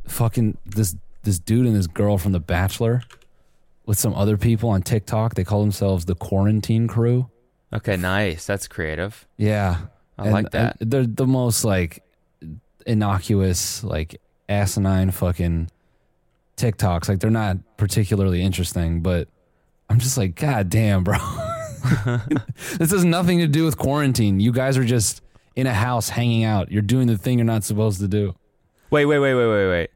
Speaker 2: fucking this this dude and this girl from The Bachelor, with some other people on TikTok, they call themselves the Quarantine Crew.
Speaker 3: okay, nice. That's creative.
Speaker 2: Yeah.
Speaker 3: I like that.
Speaker 2: and they're the most like innocuous, like asinine fucking TikToks. Like they're not particularly interesting, but I'm just like, God
Speaker 3: *laughs*
Speaker 2: damn, bro. this has nothing to do with quarantine. You guys are just in a house hanging out. You're doing the thing you're not supposed to do.
Speaker 3: Wait, wait, wait, wait, wait, wait.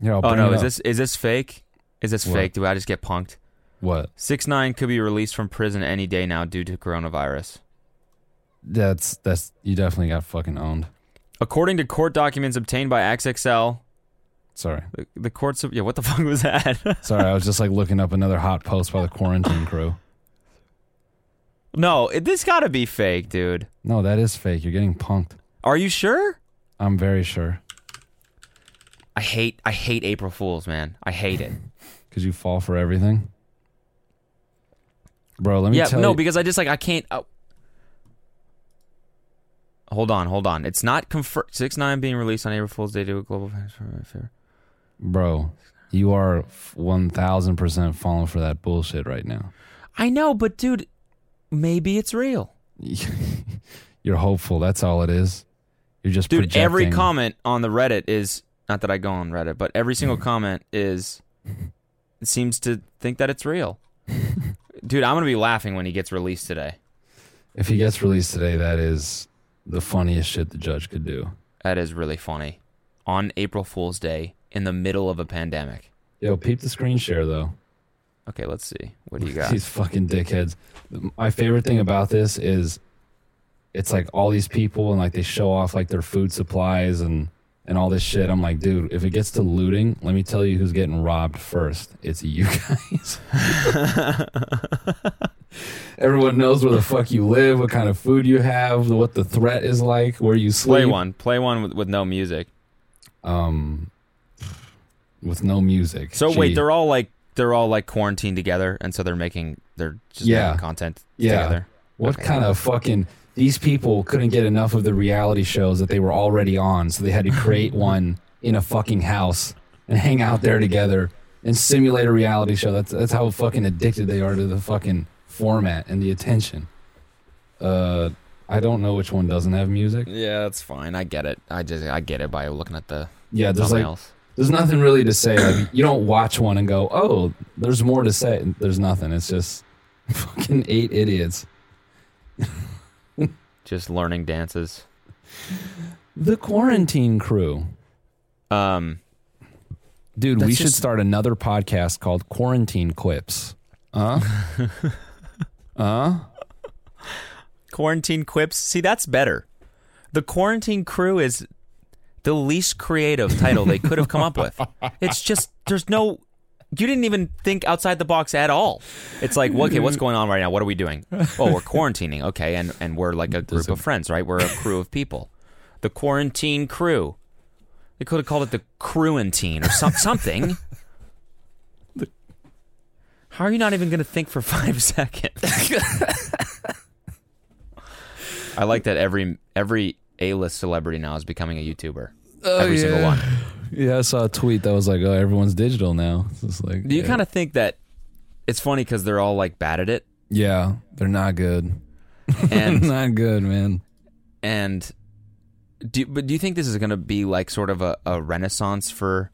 Speaker 2: Here, I'll
Speaker 3: Oh
Speaker 2: bring
Speaker 3: no,
Speaker 2: it
Speaker 3: is
Speaker 2: up.
Speaker 3: this is this fake? Is this
Speaker 2: What?
Speaker 3: fake? Do I just get punked?
Speaker 2: what?
Speaker 3: Six nine could be released from prison any day now due to coronavirus.
Speaker 2: That's that's you definitely got fucking owned.
Speaker 3: According to court documents obtained by XXL,
Speaker 2: Sorry.
Speaker 3: the, the courts of yeah, what the *laughs* fuck was that?
Speaker 2: Sorry, I was just like looking up another hot post by the quarantine crew.
Speaker 3: no, it, this gotta be fake, dude.
Speaker 2: No, that is fake. You're getting punked.
Speaker 3: Are you sure?
Speaker 2: I'm very sure.
Speaker 3: I hate I hate April Fools, man. I hate
Speaker 2: *laughs*
Speaker 3: it.
Speaker 2: Because you fall for everything. Bro, let me
Speaker 3: yeah,
Speaker 2: tell
Speaker 3: no,
Speaker 2: you.
Speaker 3: because I just like I can't. Uh, hold on, hold on. It's not confirmed. Six nine being released on April Fool's Day to a global.
Speaker 2: bro, you are f- 1000% falling for that bullshit right now. *laughs*
Speaker 3: I know, but dude, maybe it's real.
Speaker 2: You're hopeful. That's all it is. You're just
Speaker 3: Dude, every
Speaker 2: projecting.
Speaker 3: comment on the Reddit is not that I go on Reddit, but every
Speaker 2: Mm.
Speaker 3: single comment is it seems to think that it's
Speaker 2: *laughs*
Speaker 3: real. Dude, I'm gonna be laughing when he gets released today.
Speaker 2: If he gets released today, that is the funniest shit the judge could do.
Speaker 3: That is really funny. On April Fool's Day, in the middle of a pandemic.
Speaker 2: Yo, peep the screen share, though.
Speaker 3: Okay, let's see. What do you
Speaker 2: *laughs*
Speaker 3: got?
Speaker 2: These fucking dickheads. My favorite thing about this is it's like all these people and like they show off like their food supplies and and all this shit. I'm like, dude, if it gets to looting, let me tell you who's getting robbed first. It's you guys. Everyone knows where the fuck you live, what kind of food you have, what the threat is like, where you sleep.
Speaker 3: Play one. Play one with, with no music.
Speaker 2: Um, with no music.
Speaker 3: So
Speaker 2: Gee.
Speaker 3: wait, they're all like they're all like quarantined together, and so they're making they're just
Speaker 2: Yeah.
Speaker 3: making content
Speaker 2: Yeah.
Speaker 3: together.
Speaker 2: What kind of fucking these people couldn't get enough of the reality shows that they were already on, so they had to create one in a fucking house and hang out there together and simulate a reality show. That's that's how fucking addicted they are to the fucking format and the attention. Uh I don't know which one doesn't have music.
Speaker 3: Yeah, that's fine. I get it. I just I get it by looking at the
Speaker 2: Yeah, there's like
Speaker 3: thumbnails.
Speaker 2: there's nothing really to say. Like you don't watch one and go, "Oh, there's more to say." There's nothing. It's just *laughs* fucking eight idiots.
Speaker 3: Just learning dances.
Speaker 2: The quarantine crew.
Speaker 3: Um,
Speaker 2: Dude, we
Speaker 3: That's
Speaker 2: should
Speaker 3: just-
Speaker 2: start another podcast called Quarantine Quips. Huh? huh?
Speaker 3: quarantine quips. See, that's better. The quarantine crew is the least creative title they could have come up with. It's just there's no. You didn't even think outside the box at all. It's like, well, okay, what's going on right now? What are we doing? Oh, we're quarantining. Okay, and and we're like a group of friends, right? We're a crew of people. The quarantine crew. They could have called it the crewantine or some, something. How are you not even going to think for five *laughs* seconds? I like that every every A list celebrity now is becoming a YouTuber. every single
Speaker 2: Oh, yeah.
Speaker 3: one.
Speaker 2: Yeah, I saw a tweet that was like, "Oh, everyone's digital now." It's just like,
Speaker 3: Do you
Speaker 2: yeah.
Speaker 3: kind of think that it's funny because they're all like bad at it,
Speaker 2: yeah, they're not good.
Speaker 3: *laughs* and
Speaker 2: *laughs* not good, man.
Speaker 3: and do but do you think this is going to be like sort of a, a renaissance for?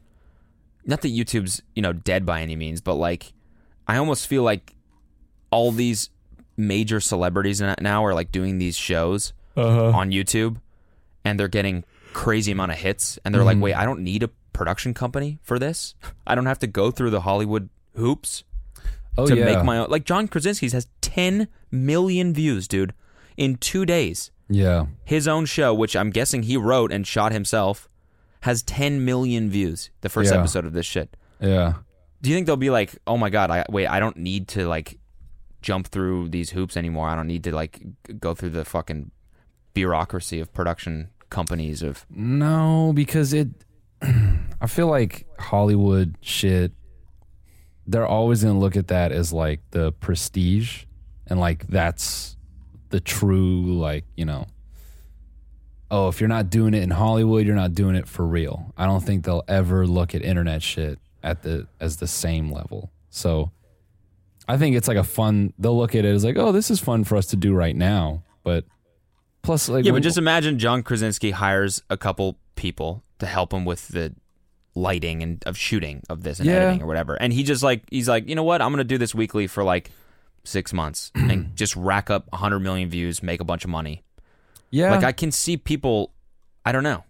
Speaker 3: Not that YouTube's you know dead by any means, but like I almost feel like all these major celebrities in- now are like doing these shows
Speaker 2: Uh-huh.
Speaker 3: on YouTube, and they're getting crazy amount of hits, and they're like,
Speaker 2: Mm-hmm.
Speaker 3: wait, I don't need a production company for this. I don't have to go through the Hollywood hoops.
Speaker 2: Oh
Speaker 3: to
Speaker 2: yeah,
Speaker 3: make my own. Like John Krasinski's has 10 million views, dude, in two days.
Speaker 2: yeah.
Speaker 3: His own show, which I'm guessing he wrote and shot himself, has 10 million views. The first
Speaker 2: Yeah.
Speaker 3: episode of this shit.
Speaker 2: Yeah.
Speaker 3: Do you think they'll be like, oh my god, I wait, I don't need to like jump through these hoops anymore. I don't need to like g- go through the fucking bureaucracy of production companies of
Speaker 2: No, because it. *clears throat* I feel like Hollywood shit. They're always gonna look at that as like the prestige, and like that's the true like you know. Oh, if you're not doing it in Hollywood, you're not doing it for real. I don't think they'll ever look at internet shit at the as the same level. So, I think it's like a fun. They'll look at it as like, oh, this is fun for us to do right now. But plus, like,
Speaker 3: Yeah,
Speaker 2: when-
Speaker 3: but just imagine John Krasinski hires a couple people to help him with the lighting and of shooting of this and
Speaker 2: Yeah.
Speaker 3: editing or whatever. And he just like he's like, you know what? I'm gonna do this weekly for like six
Speaker 2: *clears throat*
Speaker 3: months and just rack up hundred million views, make a bunch of money.
Speaker 2: yeah,
Speaker 3: Like I can see people I don't know.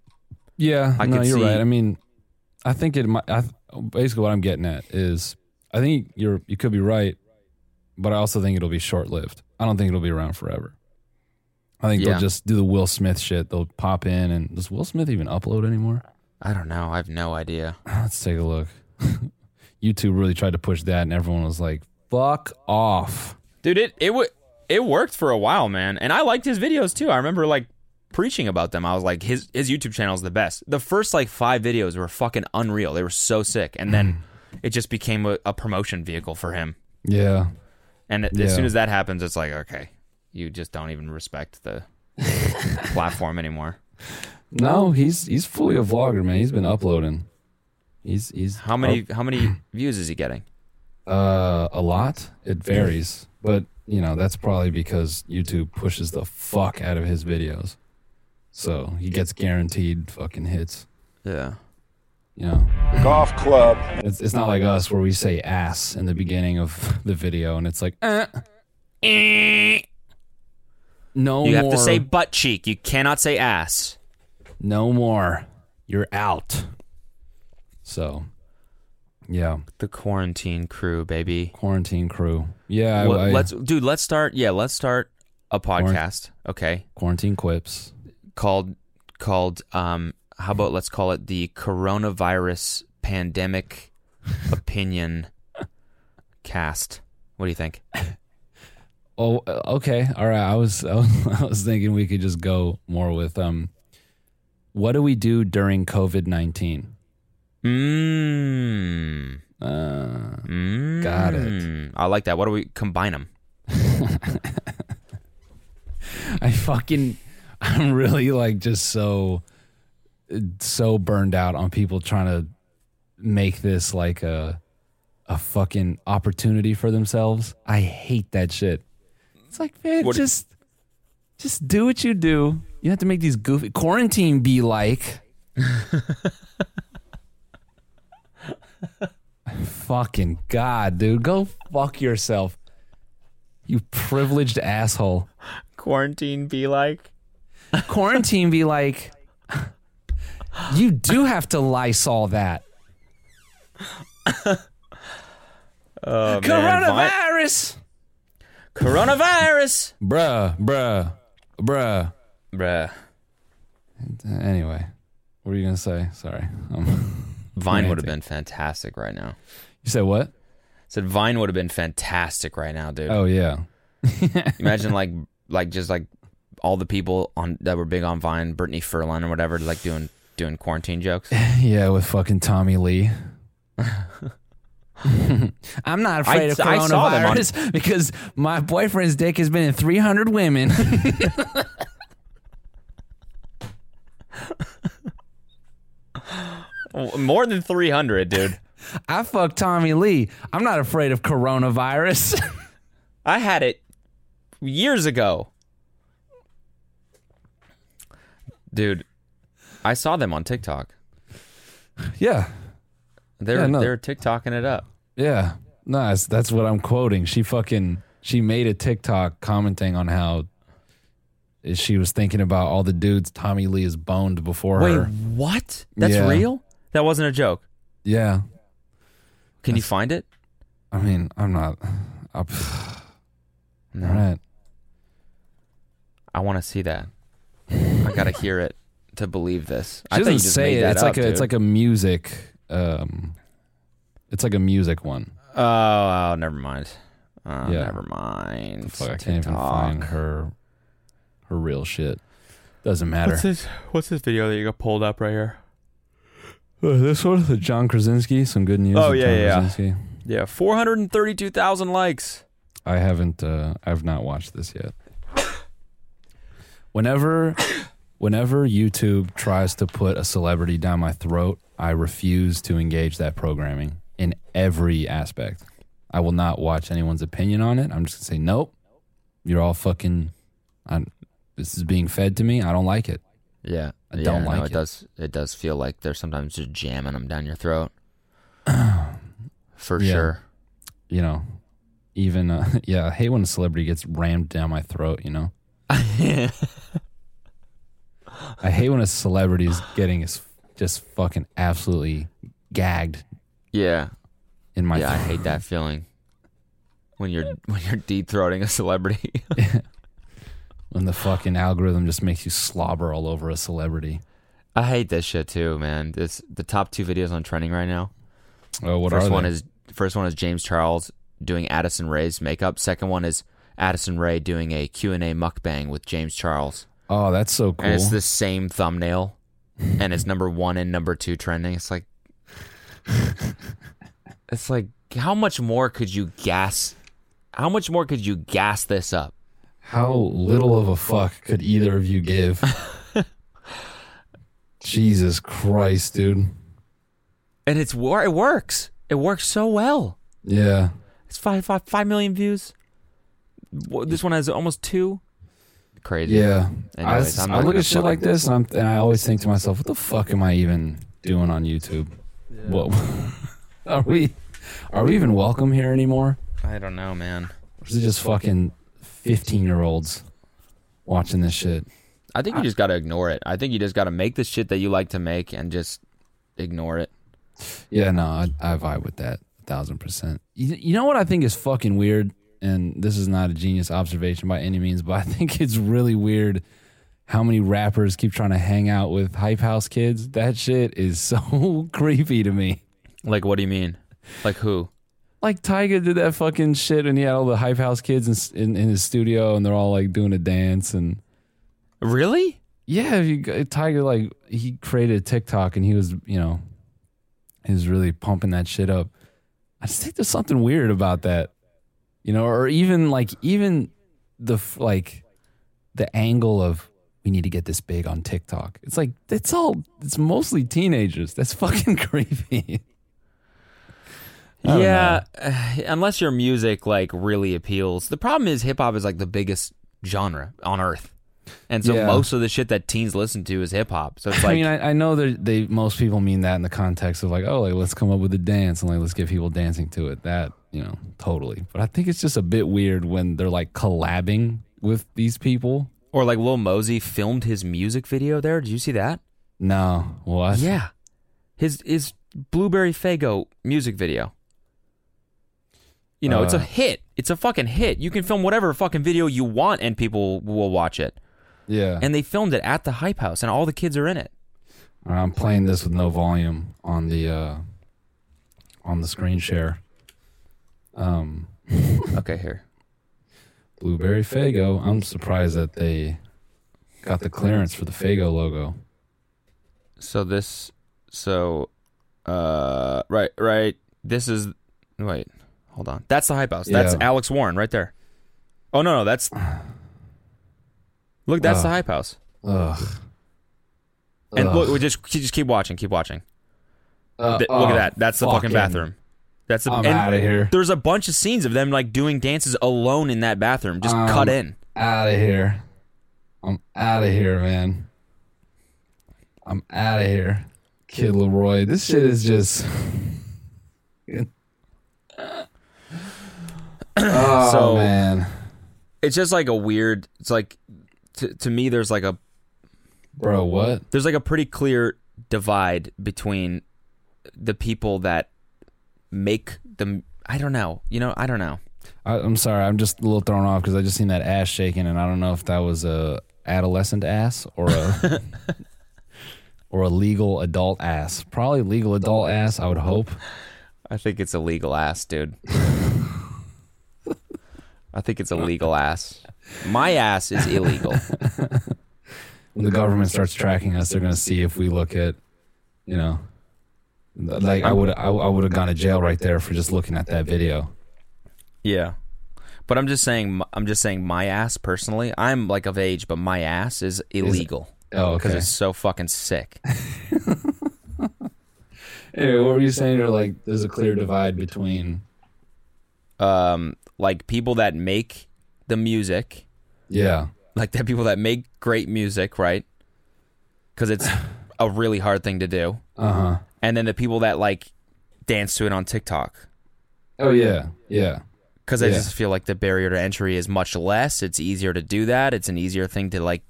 Speaker 2: Yeah,
Speaker 3: I
Speaker 2: no,
Speaker 3: could
Speaker 2: you're
Speaker 3: see-
Speaker 2: right. I mean, I think it might. I, th- basically, what I'm getting at is, I think you're you could be right, but I also think it'll be short lived. I don't think it'll be around forever. I think
Speaker 3: Yeah.
Speaker 2: they'll just do the Will Smith shit. They'll pop in and does Will Smith even upload anymore?
Speaker 3: I don't know. I have no idea.
Speaker 2: Let's take a look. *laughs* YouTube really tried to push that, and everyone was like, "Fuck off."
Speaker 3: Dude, it it would it worked for a while, man. And I liked his videos too. I remember like preaching about them. I was like, his his YouTube channel is the best. The first like five videos were fucking unreal. They were so sick. And then it just became a, a promotion vehicle for him.
Speaker 2: Yeah,
Speaker 3: And
Speaker 2: Yeah.
Speaker 3: as soon as that happens, it's like, okay, you just don't even respect *laughs* the platform anymore.
Speaker 2: no, he's he's fully a vlogger, man. He's been uploading. He's he's
Speaker 3: How many how many *clears throat* views is he getting?
Speaker 2: Uh, a lot. It varies, but you know that's probably because YouTube pushes the fuck out of his videos, so he gets guaranteed fucking hits.
Speaker 3: Yeah.
Speaker 2: You know,
Speaker 4: golf club.
Speaker 2: it's it's not like us where we say ass in the beginning of *laughs* the video, and it's like, eh. no
Speaker 3: You
Speaker 2: more.
Speaker 3: have to say butt cheek. You cannot say ass.
Speaker 2: no more. You're out. So, yeah,
Speaker 3: The quarantine crew, baby.
Speaker 2: quarantine crew. Yeah, I-
Speaker 3: Well,
Speaker 2: I-
Speaker 3: let's dude let's start yeah let's start a podcast okay
Speaker 2: quarantine quips.
Speaker 3: called called um how about let's call it the coronavirus pandemic opinion cast what do you think
Speaker 2: Oh, okay. All right. I was *laughs* I was thinking we could just go more with um. What do we do during COVID nineteen?
Speaker 3: Mmm.
Speaker 2: Uh,
Speaker 3: Mm.
Speaker 2: Got it.
Speaker 3: I like that. What do we combine them?
Speaker 2: I fucking I'm really like just so so burned out on people trying to make this like a a fucking opportunity for themselves. I hate that shit. It's like man,
Speaker 3: What-
Speaker 2: just just do what you do. You have to make these goofy quarantine be like. *laughs* fucking god, dude, go fuck yourself. You privileged asshole
Speaker 3: Quarantine be like.
Speaker 2: quarantine be like, you do have to Lysol that.
Speaker 3: Oh, man. Vi-
Speaker 2: Coronavirus!
Speaker 3: Coronavirus.
Speaker 2: Bruh, bruh, bruh.
Speaker 3: Bruh.
Speaker 2: Anyway, what were you going to say? Sorry. Um, *laughs*
Speaker 3: Vine would have been fantastic right now.
Speaker 2: you said what?
Speaker 3: said Vine would have been fantastic right now, dude.
Speaker 2: Oh, yeah.
Speaker 3: Imagine like like just like all the people on that were big on Vine, Brittany Furlan or whatever, like doing doing quarantine jokes. *laughs*
Speaker 2: Yeah, with fucking Tommy Lee. *laughs* I'm not afraid of
Speaker 3: I saw them on-
Speaker 2: coronavirus *laughs* because my boyfriend's dick has been in 300 *laughs* women.
Speaker 3: More than three hundred, dude.
Speaker 2: I fucked Tommy Lee. I'm not afraid of coronavirus. *laughs*
Speaker 3: I had it years ago. Dude, I saw them on TikTok.
Speaker 2: yeah,
Speaker 3: They're
Speaker 2: Yeah, no.
Speaker 3: they're TikToking it up.
Speaker 2: Yeah. No, that's, that's what I'm quoting. She fucking she made a TikTok commenting on how she was thinking about all the dudes Tommy Lee has boned before her.
Speaker 3: what?
Speaker 2: That's
Speaker 3: That's
Speaker 2: Yeah.
Speaker 3: real? That wasn't a joke.
Speaker 2: Yeah.
Speaker 3: Can you find it?
Speaker 2: I mean, I'm *sighs* not up all right.
Speaker 3: I want to see that. I gotta hear it to believe this.
Speaker 2: She
Speaker 3: I think
Speaker 2: doesn't
Speaker 3: you just
Speaker 2: say
Speaker 3: made
Speaker 2: it.
Speaker 3: that
Speaker 2: It's like
Speaker 3: up,
Speaker 2: a
Speaker 3: dude.
Speaker 2: it's like a music um it's like a music one.
Speaker 3: oh, oh, never mind. Oh,
Speaker 2: Yeah.
Speaker 3: Never mind.
Speaker 2: Fuck, I can't even find her her real shit. Doesn't matter.
Speaker 3: this? What's this video that you got pulled up right here?
Speaker 2: Uh, this one, the John Krasinski, some good news.
Speaker 3: Oh,
Speaker 2: with
Speaker 3: yeah,
Speaker 2: John
Speaker 3: yeah, yeah.
Speaker 2: Krasinski.
Speaker 3: Yeah, four hundred and thirty-two thousand likes.
Speaker 2: I haven't. Uh, I've not watched this yet. Whenever, whenever YouTube tries to put a celebrity down my throat, I refuse to engage that programming in every aspect. I will not watch anyone's opinion on it. I'm just gonna say, nope. You're all fucking. i this is being fed to me. I don't like it.
Speaker 3: Yeah,
Speaker 2: I don't
Speaker 3: Yeah,
Speaker 2: like
Speaker 3: no,
Speaker 2: it.
Speaker 3: it. Does it does feel like they're sometimes just jamming them down your
Speaker 2: *clears throat*
Speaker 3: throat? For
Speaker 2: Yeah.
Speaker 3: sure. *laughs*
Speaker 2: You know, even uh, *laughs* yeah. I hate when a celebrity gets rammed down my throat. You know. I hate when a celebrity is getting is just fucking absolutely gagged
Speaker 3: yeah,
Speaker 2: in my
Speaker 3: yeah. I
Speaker 2: throat.
Speaker 3: hate that feeling when you're *laughs* when you're deep throating a celebrity. *laughs*
Speaker 2: when the fucking algorithm just makes you slobber all over a celebrity.
Speaker 3: I hate this shit too, man. This the top two videos on trending right now.
Speaker 2: Oh, what
Speaker 3: first
Speaker 2: are
Speaker 3: one
Speaker 2: they?
Speaker 3: is first one is James Charles doing Addison Ray's makeup. Second one is Addison Ray doing a Q and A mukbang with James Charles,
Speaker 2: oh, that's so cool.
Speaker 3: and it's the same thumbnail, and it's number one and number two trending. It's like, *laughs* it's like, how much more could you gas? How much more could you gas this up?
Speaker 2: How little of a fuck could either of
Speaker 3: *laughs*
Speaker 2: you give? Jesus Christ, dude.
Speaker 3: And it's wor- it works. It works so well.
Speaker 2: Yeah.
Speaker 3: It's five five five million views. Wha- This one has almost two. Crazy.
Speaker 2: Yeah. I,
Speaker 3: Anyways, I'm
Speaker 2: I
Speaker 3: not
Speaker 2: look
Speaker 3: gonna
Speaker 2: at shit like this and, I'm, and I always think to myself, what the fuck am I even doing on YouTube? What *laughs* are we are we even welcome here anymore?
Speaker 3: I don't know, man.
Speaker 2: Or is it just fucking 15 year olds watching this shit?
Speaker 3: I think you just got to ignore it. I think you just got to make the shit that you like to make and just ignore it.
Speaker 2: Yeah, no, I, I vibe with that a thousand percent. You, you know what I think is fucking weird? And this is not a genius observation by any means, but I think it's really weird how many rappers keep trying to hang out with Hype House kids. That shit is so *laughs* creepy to me.
Speaker 3: Like, what do you mean? Like who?
Speaker 2: Like Tyga did that fucking shit, and he had all the hype house kids in, s- in in his studio, and they're all like doing a dance, and
Speaker 3: Really?
Speaker 2: yeah, if you, g- Tyga like he created a TikTok, and he was you know, he was really pumping that shit up. I just think there's something weird about that, you know, or even like even the f- like the angle of we need to get this big on TikTok. It's like that's all. It's mostly teenagers. That's *laughs* fucking creepy. I don't
Speaker 3: Yeah, *sighs* unless your music like really appeals. The problem is hip hop is like the biggest genre on earth. And so
Speaker 2: Yeah.
Speaker 3: most of the shit that teens listen to is hip hop. So *laughs* it's like
Speaker 2: I mean, I, I know that they most people mean that in the context of like, oh, like let's come up with a dance and like let's get people dancing to it. That you know, totally. But I think it's just a bit weird when they're like collabing with these people.
Speaker 3: or like Lil Mosey filmed his music video there. Did you see that?
Speaker 2: No, what?
Speaker 3: Yeah. His his Blueberry Fago music video. You know, it's a
Speaker 2: Uh.
Speaker 3: hit. It's a fucking hit. You can film whatever fucking video you want and people will watch it.
Speaker 2: yeah.
Speaker 3: And they filmed it at the hype house and all the kids are in it.
Speaker 2: All right, I'm playing this with no volume on the uh on the screen share. Um,
Speaker 3: Okay, here.
Speaker 2: Blueberry Fago. I'm surprised that they got the clearance for the Fago logo.
Speaker 3: So this so uh right right this is wait. Hold on. That's the hype house. That's
Speaker 2: Yeah.
Speaker 3: Alex Warren right there. Oh no, no, that's Look, that's the
Speaker 2: Wow.
Speaker 3: hype house.
Speaker 2: Ugh.
Speaker 3: And
Speaker 2: Ugh.
Speaker 3: look, we just just keep watching, keep watching.
Speaker 2: Uh,
Speaker 3: Th- look
Speaker 2: oh,
Speaker 3: at that. That's the fucking
Speaker 2: fucking-
Speaker 3: bathroom. That's the.
Speaker 2: I'm
Speaker 3: and
Speaker 2: outta here.
Speaker 3: There's a bunch of scenes of them like doing dances alone in that bathroom, just
Speaker 2: Um,
Speaker 3: cut in.
Speaker 2: out of here. I'm out of here, man. I'm out of here. Kid Leroy, this shit is just. *laughs* oh,
Speaker 3: So-
Speaker 2: man.
Speaker 3: It's just like a weird. It's like to to me, there's like a
Speaker 2: Bro, what?
Speaker 3: there's like a pretty clear divide between the people that make the. I don't know. You know, I don't know.
Speaker 2: I, I'm sorry. I'm just a little thrown off because I just seen that ass shaking, and I don't know if that was a adolescent ass or a. Or a legal adult ass. Probably legal adult ass, I would hope.
Speaker 3: I think it's a legal ass,
Speaker 2: *laughs*
Speaker 3: dude. I think it's a legal ass. My ass is *laughs* illegal.
Speaker 2: when the government starts tracking us, they're going to see if we look at, you know, like I would I, I would have gone to jail right there for just looking at that video.
Speaker 3: Yeah. But I'm just saying, I'm just saying, my ass personally, I'm like of age, but my ass is illegal
Speaker 2: Oh,
Speaker 3: because
Speaker 2: okay.
Speaker 3: it's so fucking sick.
Speaker 2: Anyway, what were you saying? Or like, there's a clear divide between.
Speaker 3: um, like people that make the music,
Speaker 2: Yeah,
Speaker 3: like the people that make great music, right? Because it's a really hard thing to do.
Speaker 2: uh huh.
Speaker 3: And then the people that like dance to it on TikTok,
Speaker 2: Oh yeah, yeah,
Speaker 3: because I
Speaker 2: Yeah.
Speaker 3: just feel like the barrier to entry is much less. It's easier to do that. It's an easier thing to like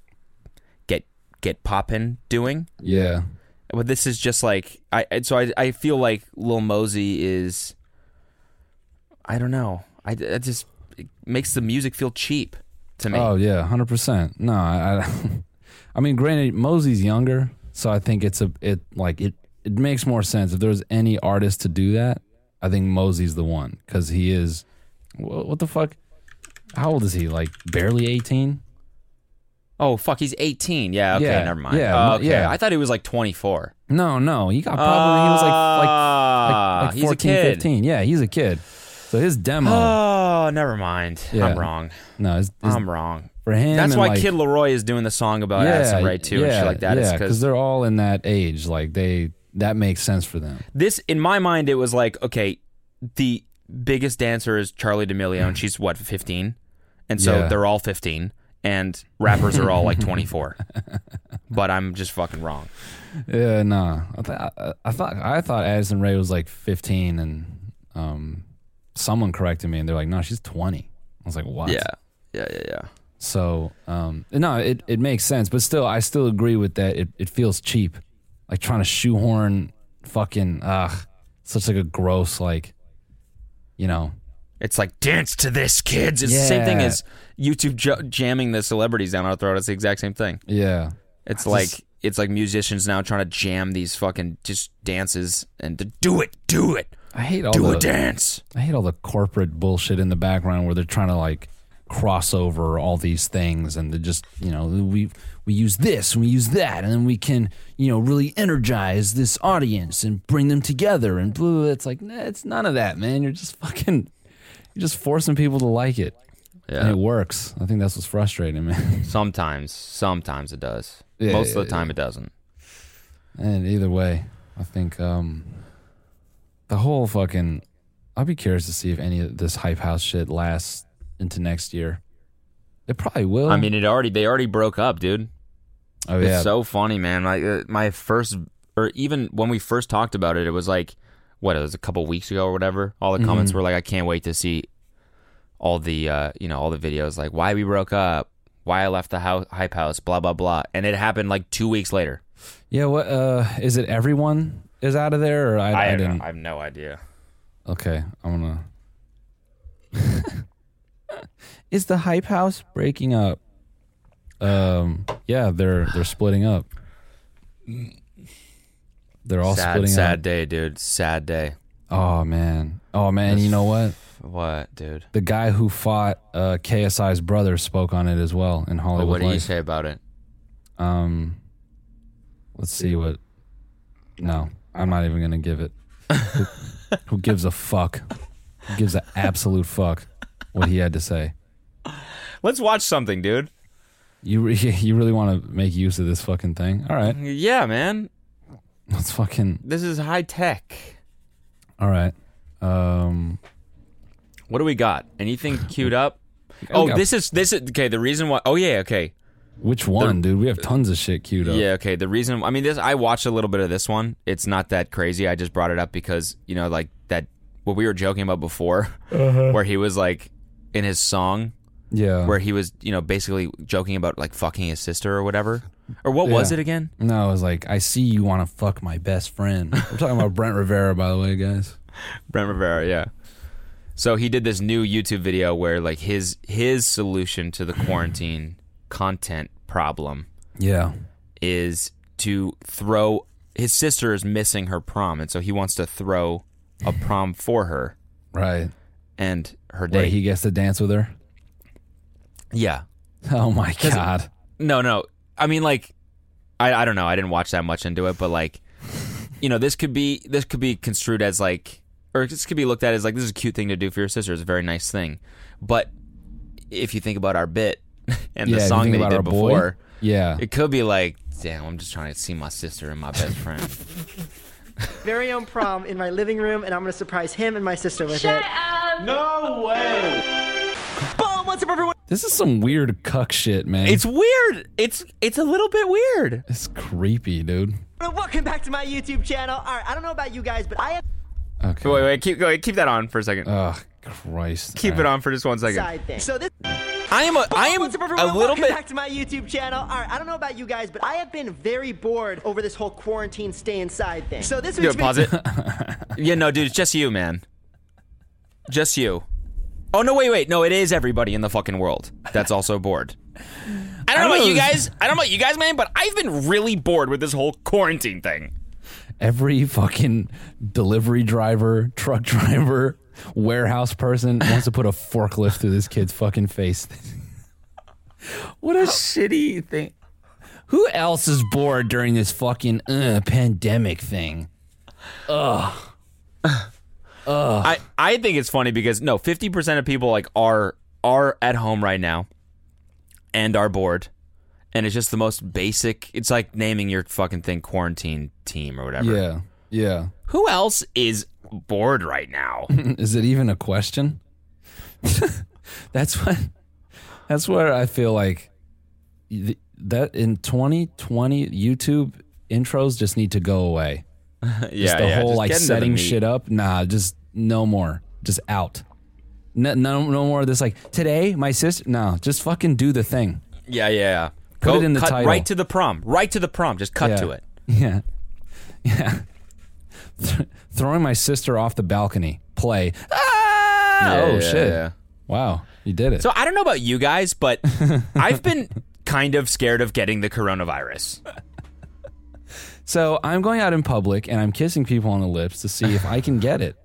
Speaker 3: get get poppin' doing.
Speaker 2: yeah.
Speaker 3: but this is just like I I- so I I feel like Lil Mosey is I don't know I it just it makes the music feel cheap to me.
Speaker 2: Oh yeah, hundred percent. No, I, *laughs* I, I mean, granted, Mosey's younger, so I think it's a it like it it makes more sense if there's any artist to do that. I think Mosey's the one because he is. What, what the fuck? How old is he? Like barely eighteen.
Speaker 3: Oh fuck, he's eighteen. Yeah, okay,
Speaker 2: Yeah,
Speaker 3: never mind.
Speaker 2: yeah,
Speaker 3: Oh,
Speaker 2: mo-
Speaker 3: okay.
Speaker 2: yeah.
Speaker 3: I thought he was like twenty four.
Speaker 2: No, no, he got probably he was like
Speaker 3: Ah,
Speaker 2: like, like, like
Speaker 3: he's a
Speaker 2: 14,
Speaker 3: kid.
Speaker 2: 15. Yeah, he's a kid. So his demo,
Speaker 3: Oh, never mind.
Speaker 2: Yeah.
Speaker 3: I'm wrong.
Speaker 2: no, his, his,
Speaker 3: I'm wrong.
Speaker 2: for him.
Speaker 3: That's
Speaker 2: and,
Speaker 3: why
Speaker 2: like,
Speaker 3: Kid Leroy is doing the song about acid right too and shit like that. It's
Speaker 2: Yeah,
Speaker 3: 'cause-
Speaker 2: because they're all in that age. Like they, that makes sense for them.
Speaker 3: this in my mind it was like okay the biggest dancer is charlie d'amelio and she's what 15 and so
Speaker 2: Yeah.
Speaker 3: they're all 15 and rappers are all *laughs* like 24 but i'm just fucking wrong
Speaker 2: Yeah, nah. I, th- I, I thought I thought Addison Ray was like 15, and um, someone corrected me, and they're like, "No, she's 20." I was like, "What?"
Speaker 3: yeah yeah yeah
Speaker 2: So, um, no, it it makes sense, but still, I still agree with that. It it feels cheap, like trying to shoehorn fucking ugh, such like a gross like, you know,
Speaker 3: it's like dance to this kids it's the same thing
Speaker 2: Yeah.
Speaker 3: as youtube jo- jamming the celebrities down our throat it's the exact same thing
Speaker 2: yeah,
Speaker 3: it's
Speaker 2: I
Speaker 3: like
Speaker 2: just-
Speaker 3: it's like musicians now trying to jam these fucking just dances and to do it do it
Speaker 2: I hate all
Speaker 3: Do
Speaker 2: the
Speaker 3: a dance.
Speaker 2: I hate all the corporate bullshit in the background where they're trying to like cross over all these things and they just you know we we use this and we use that and then we can you know really energize this audience and bring them together and blah, blah, blah. it's like nah, it's none of that man you're just *laughs* fucking you're just forcing people to like it and
Speaker 3: Yeah.
Speaker 2: it works i think that's what's frustrating man
Speaker 3: Sometimes, sometimes it does.
Speaker 2: Yeah,
Speaker 3: Most of
Speaker 2: yeah,
Speaker 3: the time, it doesn't.
Speaker 2: and either way i think um the whole fucking i'll be curious to see if any of this hype house shit lasts into next year it probably will
Speaker 3: I mean, it already they already broke up, dude.
Speaker 2: Oh
Speaker 3: It's
Speaker 2: yeah,
Speaker 3: so funny, man. Like uh, my first, or even when we first talked about it, it was like, what it was a couple weeks ago or whatever. All the comments were like, I can't wait to see all the, uh, you know, all the videos like why we broke up, why I left the house, hype house, blah blah blah. And it happened like two weeks later.
Speaker 2: yeah. What uh, is it? Everyone is out of there, or I, I,
Speaker 3: I,
Speaker 2: didn't.
Speaker 3: I have no idea.
Speaker 2: okay, I'm gonna. *laughs* is the hype house breaking up? Um, yeah, they're they're splitting up. They're all
Speaker 3: sad,
Speaker 2: splitting
Speaker 3: sad day, dude. Sad day.
Speaker 2: up. Oh man, oh man. You know what?
Speaker 3: What, dude?
Speaker 2: The guy who fought uh, KSI's brother spoke on it as well in Hollywood.
Speaker 3: what do you
Speaker 2: Life.
Speaker 3: say about it?
Speaker 2: Um, let's see what. No, I'm not even gonna give it. Who, who gives a fuck? Who gives an absolute fuck what he had to say?
Speaker 3: Let's watch something, dude.
Speaker 2: You re- *laughs* you really want to make use of this fucking thing? All right,
Speaker 3: Yeah, man.
Speaker 2: let's fucking.
Speaker 3: This is high tech.
Speaker 2: All right. Um,
Speaker 3: What do we got? Anything queued up?
Speaker 2: we
Speaker 3: Oh,
Speaker 2: got-
Speaker 3: this is this is okay. The reason why. Oh yeah, okay,
Speaker 2: which one, dude? We have tons of shit queued up.
Speaker 3: yeah, okay. The reason. I mean, this. I watched a little bit of this one. It's not that crazy. I just brought it up because you know, like that. What we were joking about before, *laughs* where he was like in his song,
Speaker 2: yeah.
Speaker 3: where he was you know basically joking about like fucking his sister or whatever, or what was
Speaker 2: Yeah.
Speaker 3: it again?
Speaker 2: No, I was like, I see you want to fuck my best friend. We're talking about Brent Rivera, by the way, guys.
Speaker 3: Brent Rivera, yeah. So he did this new YouTube video where like his his solution to the quarantine content problem
Speaker 2: Yeah.
Speaker 3: is to throw his sister is missing her prom and so he wants to throw a prom for her
Speaker 2: Right.
Speaker 3: and her date.
Speaker 2: Wait, he gets to dance with her. *laughs*
Speaker 3: yeah.
Speaker 2: Oh my god.
Speaker 3: No, no. I mean like I I don't know. I didn't watch that much into it, but like you know, this could be this could be construed as like or this could be looked at as like this is a cute thing to do for your sister. It's a very nice thing. But if you think about our bit *laughs* and
Speaker 2: Yeah, if
Speaker 3: the
Speaker 2: you
Speaker 3: song
Speaker 2: think
Speaker 3: that he
Speaker 2: about our
Speaker 3: did
Speaker 2: boy.
Speaker 3: before,
Speaker 2: Yeah.
Speaker 3: it could be like, damn, I'm just trying to see my sister and my best friend.
Speaker 4: very own prom in my living room, and I'm gonna surprise him and my sister with it.
Speaker 2: This is some weird cuck shit, man.
Speaker 3: It's weird. It's it's a little bit weird.
Speaker 2: it's creepy, dude.
Speaker 4: Welcome back to my YouTube channel. All right, I don't know about you guys, but I have
Speaker 2: Okay.
Speaker 3: Wait, wait, keep going. Keep that on for a second.
Speaker 2: Oh Christ.
Speaker 3: keep it on for just one
Speaker 4: a
Speaker 3: second.
Speaker 4: side thing. So this
Speaker 3: I am a, I am
Speaker 4: What's up,
Speaker 3: a
Speaker 4: everyone?
Speaker 3: little
Speaker 4: Welcome
Speaker 3: bit.
Speaker 4: back to my YouTube channel. All right, I don't know about you guys, but I have been very bored over this whole quarantine stay inside thing. So this
Speaker 3: Yeah,
Speaker 4: week's
Speaker 3: pause it. *laughs* yeah, no, dude, it's just you, man. Just you. Oh no, wait, wait, no, it is everybody in the fucking world that's also bored. I don't know about you guys. I don't know about you guys, man, but I've been really bored with this whole quarantine thing.
Speaker 2: Every fucking delivery driver, truck *laughs* driver,
Speaker 3: *laughs*
Speaker 2: warehouse person wants to put a forklift through this kid's fucking face. *laughs* what a shitty thing. Who else is bored during this fucking uh, pandemic thing?
Speaker 3: I I think it's funny because no, fifty percent of people like are are at home right now, and are bored, and it's just the most basic. It's like naming your fucking thing quarantine team or whatever.
Speaker 2: Yeah. Yeah.
Speaker 3: Who else is bored right
Speaker 2: *laughs*
Speaker 3: now?
Speaker 2: Is it even a question? *laughs* that's what. That's where I feel like th- that in 2020 YouTube intros just need to go away. Just the whole like setting shit up. Nah, just no more. Just out. No, no, no more of this. Like today, my sister. No, just fucking do the thing. *laughs*
Speaker 3: Yeah, yeah. yeah.
Speaker 2: Put it in the
Speaker 3: cut
Speaker 2: title.
Speaker 3: Right to the prom. Right to the prom. Just cut
Speaker 2: Yeah.
Speaker 3: to it.
Speaker 2: Yeah, yeah. Th- throwing my sister off the balcony. Play. Ah! oh
Speaker 3: yeah,
Speaker 2: shit!
Speaker 3: yeah.
Speaker 2: Wow, you did it.
Speaker 3: So I don't know about you guys,
Speaker 2: *laughs*
Speaker 3: but I've been kind of scared of getting the coronavirus.
Speaker 2: So I'm going out in public and I'm kissing people on the lips to see if I can get it.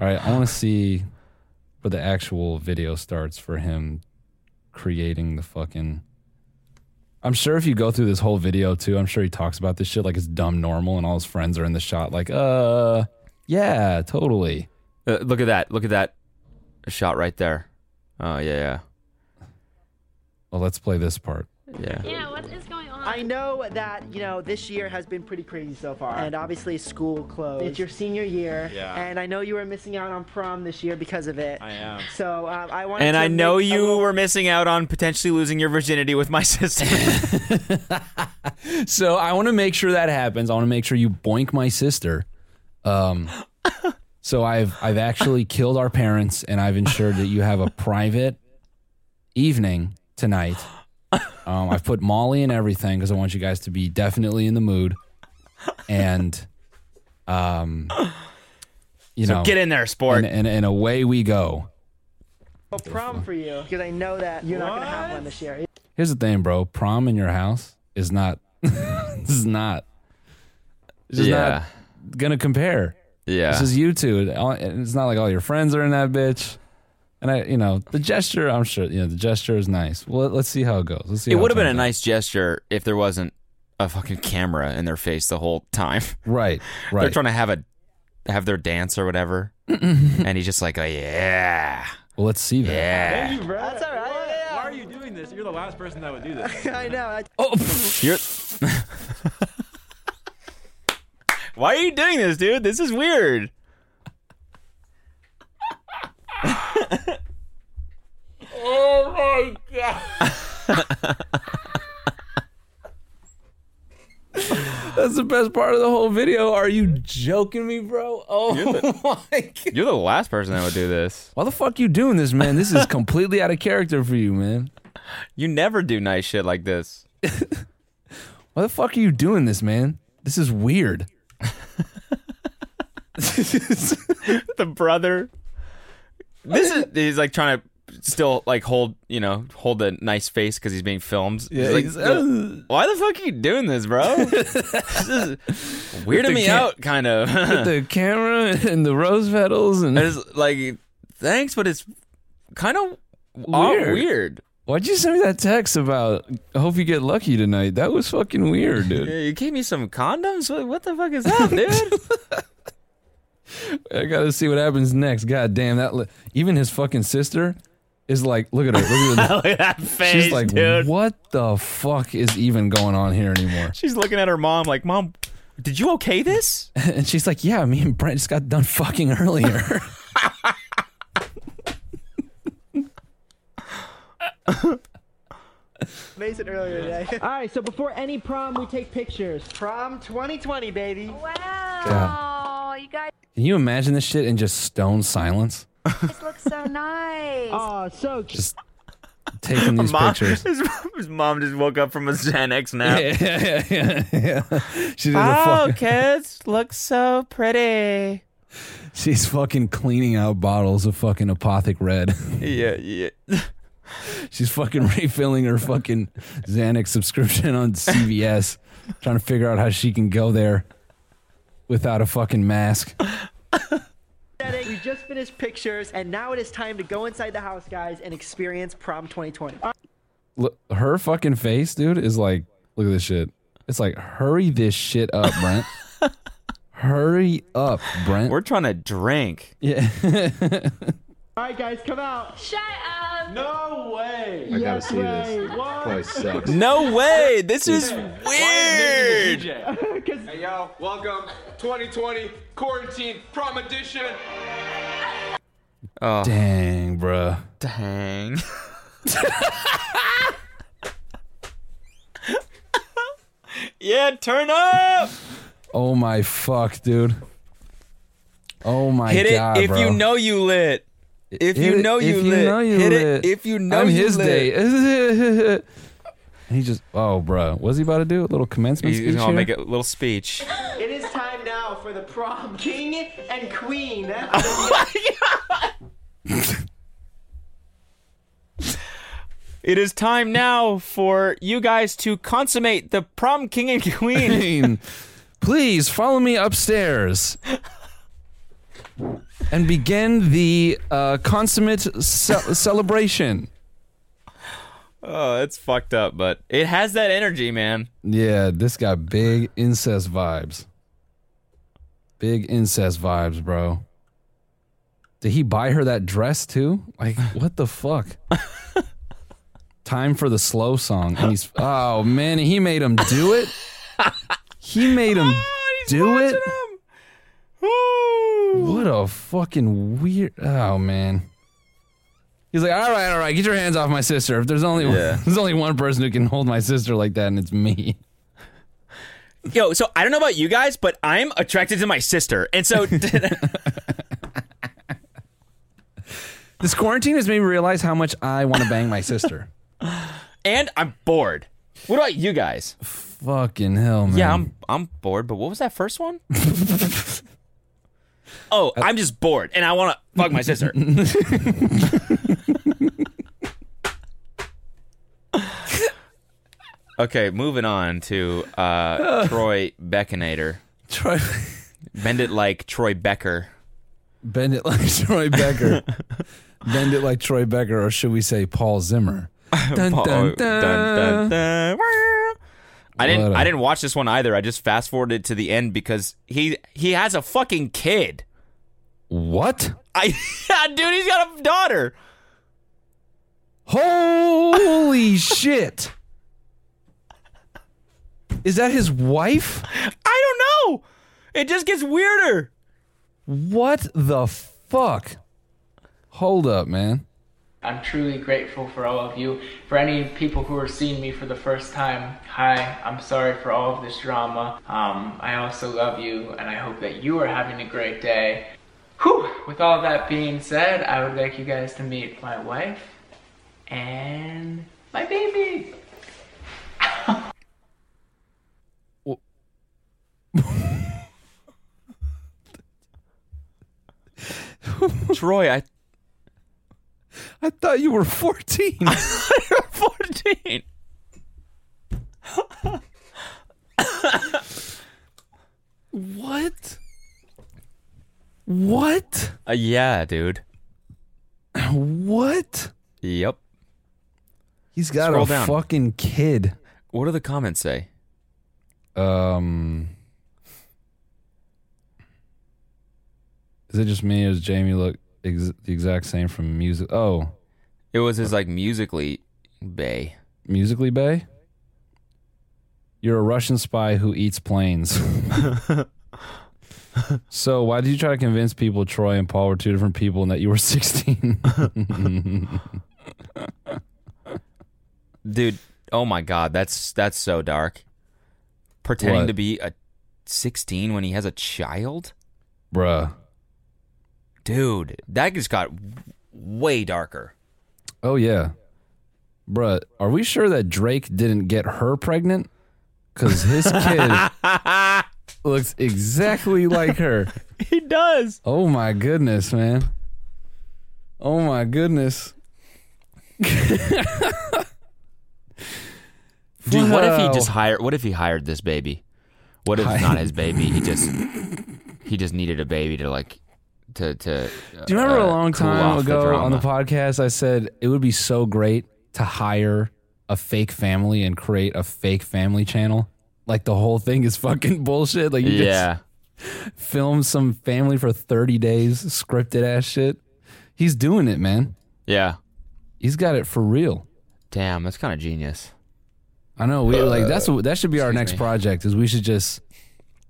Speaker 2: All right, I want to see where the actual video starts for him creating the fucking. I'm sure if you go through this whole video too, I'm sure he talks about this shit like it's dumb normal, and all his friends are in the shot like, uh, yeah, totally.
Speaker 3: Uh, look at that. Look at that shot right there. Oh yeah,
Speaker 2: Well, let's play this part.
Speaker 3: yeah, yeah.
Speaker 5: Yeah, what is going on?
Speaker 4: I know that, you know, this year has been pretty crazy so far. And obviously school closed. It's your senior year.
Speaker 6: Yeah.
Speaker 4: And I know you were missing out on prom this year because of it.
Speaker 6: I am.
Speaker 4: So um, I wanted
Speaker 3: And
Speaker 4: to
Speaker 3: I know
Speaker 4: make a
Speaker 3: you
Speaker 4: little-
Speaker 3: were missing out on potentially losing your virginity with my *laughs* sister.
Speaker 2: So I want to make sure that happens. I want to make sure you boink my sister. Um, so I've I've actually killed our parents, and I've ensured that you have a private evening tonight. Um, I've put Molly in everything because I want you guys to be definitely in the mood, and um, you know,
Speaker 3: Get in there, sport.
Speaker 2: and, and and away we go.
Speaker 4: a prom for you because I know that you're not gonna have one this year.
Speaker 2: Here's the thing, bro. Prom in your house is not. *laughs* this is not. This is
Speaker 3: yeah,
Speaker 2: not gonna compare.
Speaker 3: yeah.
Speaker 2: This is you two. It- all- It's not like all your friends are in that bitch. And I, you know, the gesture. I'm sure, you know, the gesture is nice. Well, letce see how it goes. Let's see.
Speaker 3: it
Speaker 2: how
Speaker 3: would have been a
Speaker 2: turns out.
Speaker 3: nice gesture if there wasn't a fucking camera in their face the whole time. *laughs*
Speaker 2: right, right.
Speaker 3: They're trying to have a have their dance or
Speaker 2: *laughs*
Speaker 3: whatever, and he's just like, oh, yeah,
Speaker 2: well, let's see that.
Speaker 3: yeah.
Speaker 6: Thank you, bro.
Speaker 4: That's all
Speaker 6: Why,
Speaker 4: right. Yeah, yeah.
Speaker 6: why are you doing this? You're the last person that would do this.
Speaker 4: *laughs* I know. I-
Speaker 3: You're. *laughs* Why are you doing this, dude? This is weird.
Speaker 2: That's the best part of the whole video. Are you joking me, bro? Oh my god!
Speaker 3: You're the last person that would do this.
Speaker 2: *laughs* Why the fuck you doing this, man? This is completely out of character for you, man.
Speaker 3: You never do nice shit like *laughs* this.
Speaker 2: Why the fuck are you doing this, man? This is weird.
Speaker 3: the brother. This is he's like trying to still like hold you know hold the nice face because he's being filmed. He's like, Why the fuck are you doing this, *laughs* bro? this is weirding
Speaker 2: the
Speaker 3: me
Speaker 2: cam-
Speaker 3: out, kind *laughs* of.
Speaker 2: the camera and the rose petals and
Speaker 3: It's like thanks, but it's kind of
Speaker 2: Weird.
Speaker 3: weird. weird.
Speaker 2: Why'd you send me that text about? I hope you get lucky tonight. That was fucking weird,
Speaker 3: Yeah,
Speaker 2: dude.
Speaker 3: You gave me some condoms. What, what the fuck is that, dude?
Speaker 2: I gotta see what happens next. God damn that! Li- Even his fucking sister is like, look at her. Look *laughs* at her.
Speaker 3: *laughs* Look at that face,
Speaker 2: She's like,
Speaker 3: dude.
Speaker 2: what the fuck is even going on here anymore?
Speaker 3: She's looking at her mom like, mom, did you okay *laughs* this?
Speaker 2: *laughs* And she's like, yeah, me and Brent just got done fucking *laughs* earlier.
Speaker 4: Mason earlier *laughs* today. All right, so before any prom, we take pictures. Prom 2020, baby.
Speaker 5: Wow, Oh, you guys
Speaker 2: Can you imagine this shit in just stone silence?
Speaker 5: look so *laughs* nice.
Speaker 4: Oh, so cute.
Speaker 2: Just taking *laughs* these
Speaker 3: Mom- *laughs*
Speaker 2: pictures.
Speaker 3: his, his mom just woke up from a Xanax nap.
Speaker 2: Yeah, yeah, yeah, yeah. *laughs* She did a
Speaker 3: Wow, Oh,
Speaker 2: fucking-
Speaker 3: kids, look so pretty.
Speaker 2: She's fucking cleaning out bottles of fucking apothic red.
Speaker 3: *laughs*
Speaker 2: *laughs*
Speaker 3: Yeah, yeah.
Speaker 2: She's fucking *laughs* refilling her fucking Xanax subscription on CVS, trying to figure out how she can go there without a fucking mask.
Speaker 4: Aesthetic. We just finished pictures, and now it is time to go inside the house, guys, and experience prom 2020. All
Speaker 2: Look, her fucking face, dude, is like, look at this shit. It's like, hurry this shit up,
Speaker 3: *laughs*
Speaker 2: Brent. hurry up, Brent.
Speaker 3: *laughs* We're trying to drink.
Speaker 2: yeah. *laughs*
Speaker 4: right, guys, come out.
Speaker 5: Shut up.
Speaker 6: No way.
Speaker 7: I gotta see
Speaker 4: Hey,
Speaker 7: this.
Speaker 4: what?
Speaker 7: Place sucks.
Speaker 3: No way. This is
Speaker 6: Nathan's
Speaker 3: weird.
Speaker 6: a DJ.
Speaker 8: Hey yo, welcome 2020 quarantine prom edition.
Speaker 2: Dang, bruh.
Speaker 3: *laughs* Dang. *laughs* yeah, turn up.
Speaker 2: Oh my fuck, dude. Oh my
Speaker 3: Hit it
Speaker 2: god.
Speaker 3: if
Speaker 2: bro.
Speaker 3: you know you lit. If
Speaker 2: Hit
Speaker 3: you
Speaker 2: it
Speaker 3: know you
Speaker 2: if you
Speaker 3: lit.
Speaker 2: know you
Speaker 3: Hit
Speaker 2: lit.
Speaker 3: it if you know
Speaker 2: I'm
Speaker 3: you
Speaker 2: his
Speaker 3: lit.
Speaker 2: day. *laughs* he just, oh, bro, what's he about to do? A little commencement
Speaker 3: He's
Speaker 2: speech
Speaker 3: gonna
Speaker 2: here?
Speaker 3: make
Speaker 2: *laughs*
Speaker 3: a little speech.
Speaker 4: It is time now for the prom king and queen.
Speaker 3: It is time now for you guys to consummate the prom king and *laughs* queen.
Speaker 2: Please follow me upstairs. and began the uh, consummate ce- celebration.
Speaker 3: Oh, it's fucked up, but it has that energy, man.
Speaker 2: Yeah, this got big incest vibes. Big incest vibes, bro. Did he buy her that dress too? Like, *laughs* what the fuck? Time for the slow song. And he's oh man, he made him do it. He made him do it. What a fucking weird oh man. He's like, all right, all right, get your hands off my sister. If there's only *laughs* there's only one person who can hold my sister like that, and it's me.
Speaker 3: Yo, so I don't know about you guys, but I'm attracted to my sister, and *laughs* so
Speaker 2: This quarantine has made me realize how much I want to bang my sister.
Speaker 3: and I'm bored. What about you guys?
Speaker 2: Fucking hell, man.
Speaker 3: Yeah, I'm I'm bored. But what was that first *laughs* one? oh, I'm just bored, and I want to fuck my sister. *laughs* okay, moving on to *sighs* uh, Troy Beckonator. *laughs*
Speaker 2: Troy,
Speaker 3: Bend it like Troy Becker.
Speaker 2: bend it like Troy
Speaker 3: *laughs*
Speaker 2: Becker. bend it like Troy Becker, or should we say Paul Zimmer?
Speaker 3: *laughs*
Speaker 2: Dun,
Speaker 3: Paul-
Speaker 2: dun,
Speaker 3: Oh, dun, dun,
Speaker 2: dun.
Speaker 3: dun. I didn't.
Speaker 2: What a-
Speaker 3: I didn't watch this one either. I just fast forwarded to the end because he he has a fucking kid.
Speaker 2: What?
Speaker 3: I *laughs* dude, he's got a daughter. *laughs*
Speaker 2: Holy shit! Is that his wife?
Speaker 3: I don't know. It just gets
Speaker 2: *laughs*
Speaker 3: weirder.
Speaker 2: What the fuck? Hold up, man.
Speaker 7: I'm truly grateful for all of you. For any people who are seeing me for the first time, hi, I'm sorry for all of this drama. Um, I also love you, and I hope that you are having a great day. Whew! With all that being said, I would like you guys to meet my wife and my baby.
Speaker 3: Troy, I
Speaker 2: I thought you were 14.
Speaker 3: *laughs* 14.
Speaker 2: what? What?
Speaker 3: Uh, yeah, dude.
Speaker 2: What?
Speaker 3: Yep.
Speaker 2: He's got
Speaker 3: Scroll
Speaker 2: a
Speaker 3: down.
Speaker 2: fucking kid.
Speaker 3: What do the comments say?
Speaker 2: Um, is it just me? Or does Jamie look ex- the exact same from music? Oh,
Speaker 3: It was his like musically bay.
Speaker 2: musically, Bay. You're a Russian spy who eats *laughs* planes. so why did you try to convince people Troy and Paul were two different people and that you were 16?
Speaker 3: Dude, oh my god, that's that's so dark. Pretending
Speaker 2: What?
Speaker 3: to be a 16 when he has a child?
Speaker 2: *laughs* Bruh.
Speaker 3: Dude, that just got w- way darker.
Speaker 2: Oh yeah, bruh. Are we sure that Drake didn't get her pregnant? Because his kid
Speaker 3: *laughs*
Speaker 2: looks exactly like her.
Speaker 3: He does.
Speaker 2: Oh my goodness, man. Oh my goodness.
Speaker 3: Dude, what if he
Speaker 2: Wow.
Speaker 3: just hired what if he hired this baby? What if it's not
Speaker 2: *laughs*
Speaker 3: his baby? He just he just needed a baby to like to to
Speaker 2: Do you remember
Speaker 3: uh,
Speaker 2: a long
Speaker 3: cool
Speaker 2: time
Speaker 3: off the
Speaker 2: ago on the
Speaker 3: drama.
Speaker 2: podcast I said it would be so great to hire a fake family and create a fake family channel? Like the whole thing is fucking bullshit. Like you just
Speaker 3: Yeah.
Speaker 2: film some family for 30 days, scripted ass shit. He's doing it, man.
Speaker 3: Yeah.
Speaker 2: He's got it for real.
Speaker 3: Damn, that's kind of genius.
Speaker 2: I know. We like that's what- that should be our
Speaker 3: Uh, excuse
Speaker 2: next
Speaker 3: me.
Speaker 2: project is we should just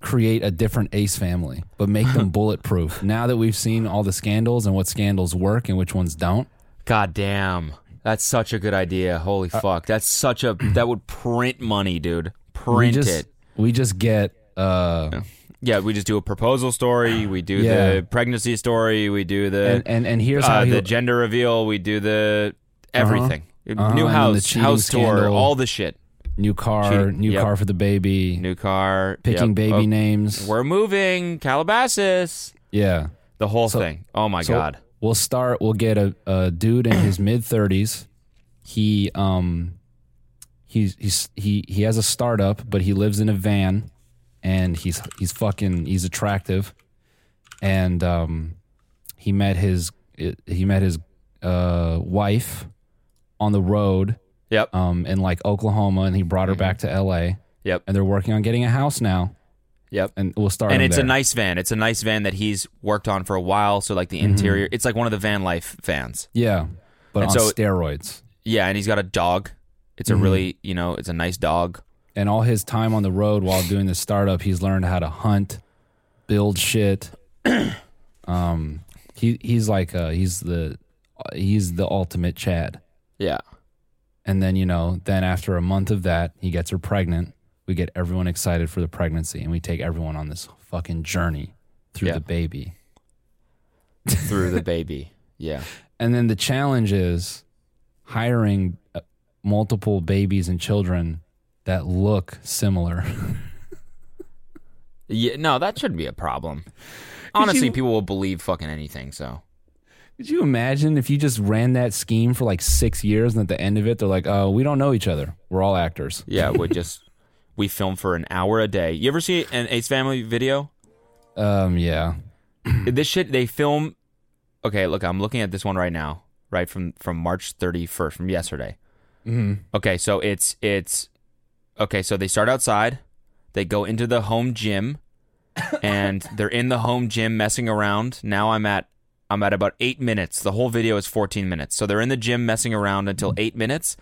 Speaker 2: create a different Ace family, but
Speaker 3: *laughs*
Speaker 2: make them bulletproof. Now that we've seen all the scandals and what scandals work and which ones don't,
Speaker 3: God damn. That's such a good idea. Holy
Speaker 2: Uh,
Speaker 3: fuck. That's such a that would print money, dude.
Speaker 2: we
Speaker 3: Print
Speaker 2: just
Speaker 3: it.
Speaker 2: we just get uh
Speaker 3: Yeah, we just do a proposal story, we do
Speaker 2: Yeah.
Speaker 3: the pregnancy story, we do the
Speaker 2: and and, and here's
Speaker 3: uh,
Speaker 2: how
Speaker 3: the
Speaker 2: he,
Speaker 3: gender reveal, we do the everything.
Speaker 2: Uh-huh, and
Speaker 3: New
Speaker 2: then the
Speaker 3: house,
Speaker 2: cheating
Speaker 3: house tour,
Speaker 2: scandal.
Speaker 3: all the shit.
Speaker 2: new car,
Speaker 3: cheating.
Speaker 2: new
Speaker 3: Yep.
Speaker 2: car for the baby,
Speaker 3: New car,
Speaker 2: picking
Speaker 3: yep.
Speaker 2: baby
Speaker 3: Oh,
Speaker 2: names.
Speaker 3: We're moving Calabasas.
Speaker 2: Yeah.
Speaker 3: The whole thing. Oh my
Speaker 2: So
Speaker 3: god.
Speaker 2: We'll start. We'll get a, a dude in
Speaker 3: *clears throat*
Speaker 2: his mid thirties. He um, he's he's he he has a startup, but he lives in a van, and he's he's fucking he's attractive, and um, he met his he met his uh, wife on the road
Speaker 3: Yep.
Speaker 2: um, in like Oklahoma, and he brought her
Speaker 3: Mm-hmm.
Speaker 2: back to L.A.
Speaker 3: Yep.
Speaker 2: and they're working on getting a house now,
Speaker 3: Yep.
Speaker 2: and we'll start.
Speaker 3: and
Speaker 2: him
Speaker 3: it's a
Speaker 2: there.
Speaker 3: nice van. It's a nice van that he's worked on for a while. So like the interior, it's like one of the van life vans.
Speaker 2: yeah, but
Speaker 3: And
Speaker 2: on
Speaker 3: so-
Speaker 2: steroids.
Speaker 3: Yeah, and he's got a dog. It's a really you know it's a nice dog.
Speaker 2: And all his time on the road while doing this startup, he's learned how to hunt, build
Speaker 3: *coughs*
Speaker 2: shit. um, he he's like uh, he's the he's the ultimate Chad.
Speaker 3: Yeah.
Speaker 2: And then, you know, then after a month of that, he gets her pregnant. We get everyone excited for the pregnancy and we take everyone on this fucking journey through
Speaker 3: Yeah.
Speaker 2: the baby.
Speaker 3: Through the baby. Yeah.
Speaker 2: And then the challenge is hiring uh, multiple babies and children that look similar. *laughs*
Speaker 3: Yeah. No, that shouldn't be a problem. Honestly, people will believe fucking anything. So
Speaker 2: Could you imagine if you just ran that scheme for like six years and at the end of it, they're like, oh, we don't know each other. We're all actors.
Speaker 3: yeah, we just we film for an hour a day. You ever see an Ace Family video?
Speaker 2: Um, yeah.
Speaker 3: this shit they film okay look i'm looking at this one right now right from from march 31st from yesterday mm-hmm. okay so it's it's okay so they start outside they go into the home gym
Speaker 2: *laughs*
Speaker 3: and they're in the home gym messing around now i'm at i'm at about eight minutes the whole video is 14 minutes so they're in the gym messing around until
Speaker 2: Mm-hmm.
Speaker 3: eight minutes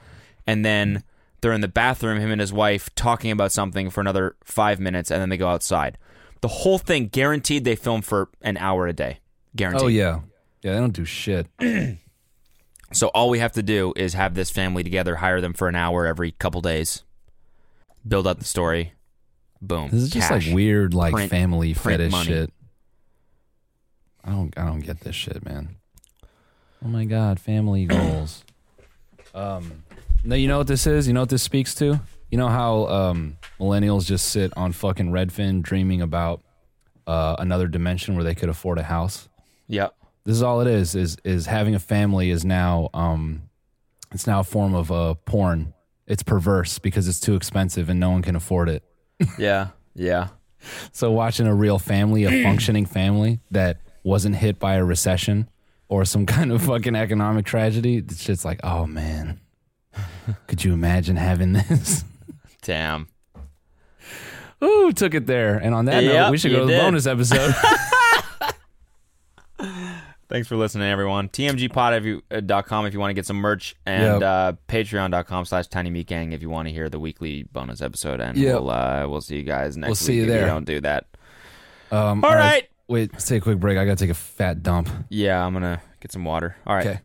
Speaker 3: and then they're in the bathroom him and his wife talking about something for another five minutes and then they go outside the whole thing guaranteed they film for an hour a day guaranteed
Speaker 2: Oh, yeah. Yeah, they don't do shit.
Speaker 3: so all we have to do is have this family together, hire them for an hour every couple days, build up the story. Boom.
Speaker 2: This is just
Speaker 3: Cash.
Speaker 2: like weird, like
Speaker 3: Print-
Speaker 2: family
Speaker 3: print
Speaker 2: fetish
Speaker 3: money.
Speaker 2: shit. I don't, I don't get this shit, man. Oh my god, *clears throat* family goals. um, no, you know what this is? You know what this speaks to? You know how um millennials just sit on fucking Redfin dreaming about uh another dimension where they could afford a house.
Speaker 3: Yep.
Speaker 2: This is all it is. Is is having a family is now um, it's now a form of uh porn. It's perverse because it's too expensive and no one can afford it.
Speaker 3: Yeah. Yeah.
Speaker 2: So watching a real
Speaker 3: *clears throat*
Speaker 2: family, a functioning family that wasn't hit by a recession or some *laughs* kind of fucking economic tragedy, it's just like, oh man, could you imagine having this? *laughs*
Speaker 3: Damn.
Speaker 2: Ooh, took it there. And on that note,
Speaker 3: Yep,
Speaker 2: we should
Speaker 3: you
Speaker 2: go to the
Speaker 3: did. *laughs*
Speaker 2: bonus episode.
Speaker 3: Thanks for listening, everyone. TMGpod.com if you want to get some merch and
Speaker 2: Yep.
Speaker 3: uh, patreon.com slash tiny meat gang if you want to hear the weekly bonus episode. And
Speaker 2: Yep.
Speaker 3: we'll, uh, we'll see you guys next
Speaker 2: We'll
Speaker 3: week
Speaker 2: see you
Speaker 3: if
Speaker 2: there.
Speaker 3: you don't do that.
Speaker 2: Um,
Speaker 3: All right.
Speaker 2: Wait, let's take a quick break. I gotta take a fat dump.
Speaker 3: Yeah, I'm going to get some water. All right.
Speaker 2: Okay.